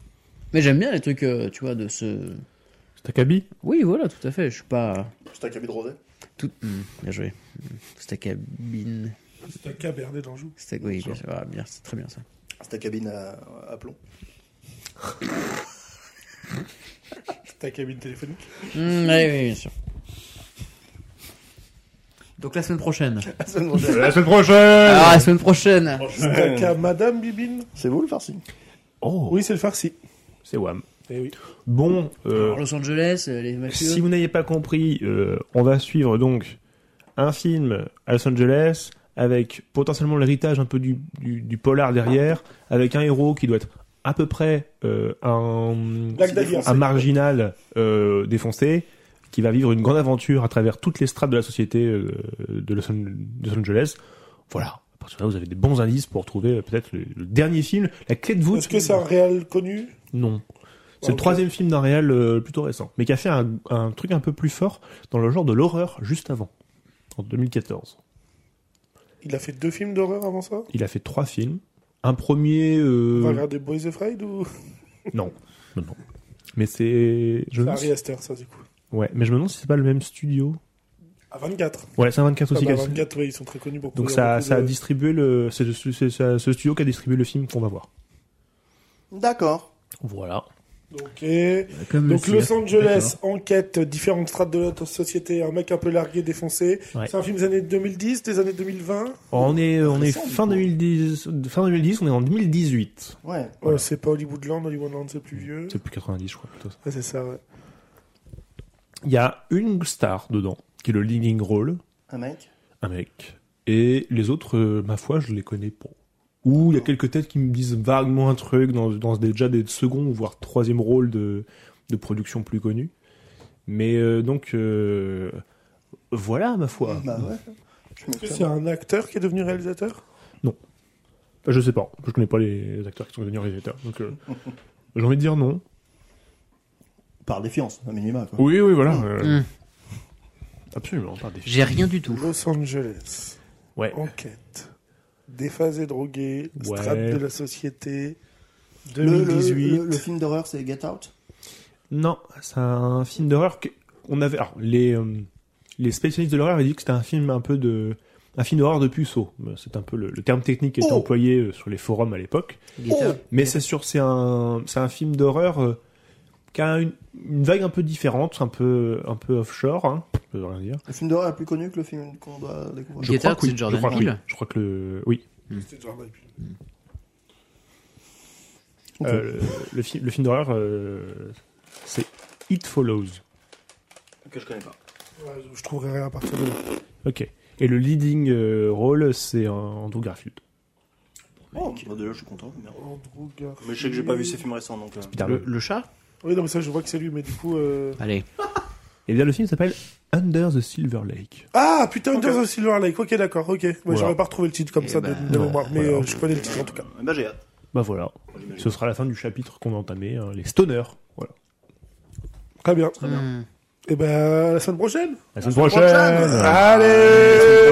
C: Mais j'aime bien les trucs, euh, tu vois, de ce.
D: C'est Akabi
C: Oui, voilà, tout à fait. Je suis pas.
A: C'est un cabine de rosé.
C: Tout... Mm, bien joué. Mm. C'était cabine.
B: C'est un cabernet dans le jeu.
C: C'était... Oui, bien, sûr. Ah, bien, c'est très bien ça.
A: C'est ta cabine à, à plomb.
B: C'est un cabine téléphonique.
C: Mm, oui, oui, bien sûr. Donc la semaine prochaine.
D: La semaine prochaine
C: Ah, la semaine prochaine.
B: C'est un ca- Madame Bibine.
A: C'est vous le farci
D: Oh,
B: Oui, c'est le farci.
D: c'est Wam.
B: Eh oui.
D: Bon, euh,
C: Alors, Los Angeles, euh, les matchs.
D: si vous n'ayez pas compris, euh, on va suivre donc un film à Los Angeles, avec potentiellement l'héritage un peu du, du, du polar derrière, avec un héros qui doit être à peu près euh, un,
B: Black Dagger.
D: un marginal euh, défoncé qui va vivre une grande aventure à travers toutes les strates de la société euh, de, Los, de Los Angeles. Voilà. À partir de là, vous avez des bons indices pour trouver euh, peut-être le, le dernier film, la clé de voûte.
B: Est-ce que c'est un réel connu
D: Non. C'est
B: Ah,
D: le
B: ok.
D: troisième film d'un réel euh, plutôt récent, mais qui a fait un, un truc un peu plus fort dans le genre de l'horreur juste avant, en 2014.
B: Il a fait deux films d'horreur avant ça
D: Il a fait trois films. Un premier,
B: On
D: euh,
B: va regarder Boys Afraid ou
D: non, non, non. Mais c'est, je me
B: C'est
D: demande
B: Harry
D: si-
B: Aster, ça, du coup.
D: ouais, mais je me demande si c'est pas le même studio.
B: À 24.
D: Ouais, c'est un 24
B: Ah
D: aussi.
B: bah,
D: qui a-
B: 24, oui, ils sont très connus pour
D: Donc
B: produire
D: ça,
B: beaucoup
D: ça a
B: de-
D: distribué le, c'est, ce- c'est ce ce studio qui a distribué le film qu'on va voir.
A: D'accord.
D: Voilà.
B: Ok.
C: Comme
B: Donc
C: le
B: Los
C: cirque,
B: Angeles, enquête, différentes strates de la société, un mec un peu largué, défoncé.
D: Ouais.
B: C'est un film des années 2010, des années 2020
D: On est, on est
A: Récent, du
D: fin
A: coup. Mmh.
D: 2010, fin 2010, on est en 2018.
A: Ouais.
B: Ouais, Euh, C'est pas Hollywoodland, Hollywoodland c'est plus vieux.
D: C'est plus 90, je crois plutôt.
B: Ouais, c'est ça, ouais.
D: Il y a une star dedans, qui est le leading role,
A: Un mec.
D: un mec. Et les autres, euh, ma foi, je les connais pas. Ou il y a quelques têtes qui me disent vaguement un truc dans, dans des- déjà des seconds, voire troisième rôle de, de production plus connue. Mais euh, donc, euh, voilà, ma foi.
A: Bah ouais. Je
B: Est-ce que
A: m'étonne.
B: c'est un acteur qui est devenu réalisateur
D: Je sais pas, je connais pas les acteurs qui sont devenus réalisateurs. Donc, euh, j'ai envie de dire non.
A: Par défiance, un minima. Quoi.
D: Oui, oui, voilà. euh,
C: Hum,
D: Absolument, pas des
C: J'ai rien du tout.
B: Los Angeles,
D: Ouais.
B: enquête, déphasé drogué,
D: Ouais.
B: strate de la société,
A: Le, le-
B: 2018.
A: le- le film d'horreur, c'est Get Out.
D: Non, c'est un film d'horreur qu'on avait. Alors, les, euh, les spécialistes de l'horreur avaient dit que c'était un film un peu de. Un film d'horreur de puceau. C'est un peu le, le terme technique qui était
A: Oh
D: employé euh, sur les forums à l'époque.
A: Oh
D: Mais c'est sûr, c'est un, c'est un film d'horreur euh, qui a une, une vague un peu différente, un peu, un peu offshore, hein, je peux rien dire.
A: le film d'horreur est plus connu que le film qu'on doit découvrir.
D: Je
C: Get
D: crois
C: Out,
D: que oui,
C: c'est de Jordan
D: je crois que oui.
C: Peele.
D: Je crois que le. Oui.
B: C'était Jordan Peele.
A: Ok.
D: Euh, le, le fi- le film d'horreur, euh, c'est It Follows.
A: Que je connais pas.
B: Ouais, je trouverai rien à partir de là.
D: Ok. Et le leading euh, rôle, c'est Andrew Garfield.
A: Oh, bah, déjà, je suis content. merde.
B: Andrew Garfield.
A: Mais je sais que j'ai pas vu ces films récents, donc. euh,
D: Putain,
C: Le,
D: le-
C: le chat
B: Oui, non, mais ça, je vois que c'est lui, mais du coup. euh,
C: Allez.
D: Et Eh bien, le film s'appelle Under the Silver Lake.
B: Ah putain, Under the Silver Lake, ok, d'accord, ok. Ouais,
D: Voilà.
B: J'aurais pas retrouvé le titre comme
C: Eh
B: ça de,
C: ben,
B: de
D: non,
B: mémoire, mais
D: voilà.
B: euh, je connais le titre en tout cas.
A: Bah, j'ai hâte.
D: Bah voilà.
A: j'imagine.
D: Ce sera la fin du chapitre qu'on a entamé, hein, les stoners. Voilà.
B: Très bien.
C: Hum.
B: Et ben, à la semaine prochaine
D: À la semaine prochaine
B: Allez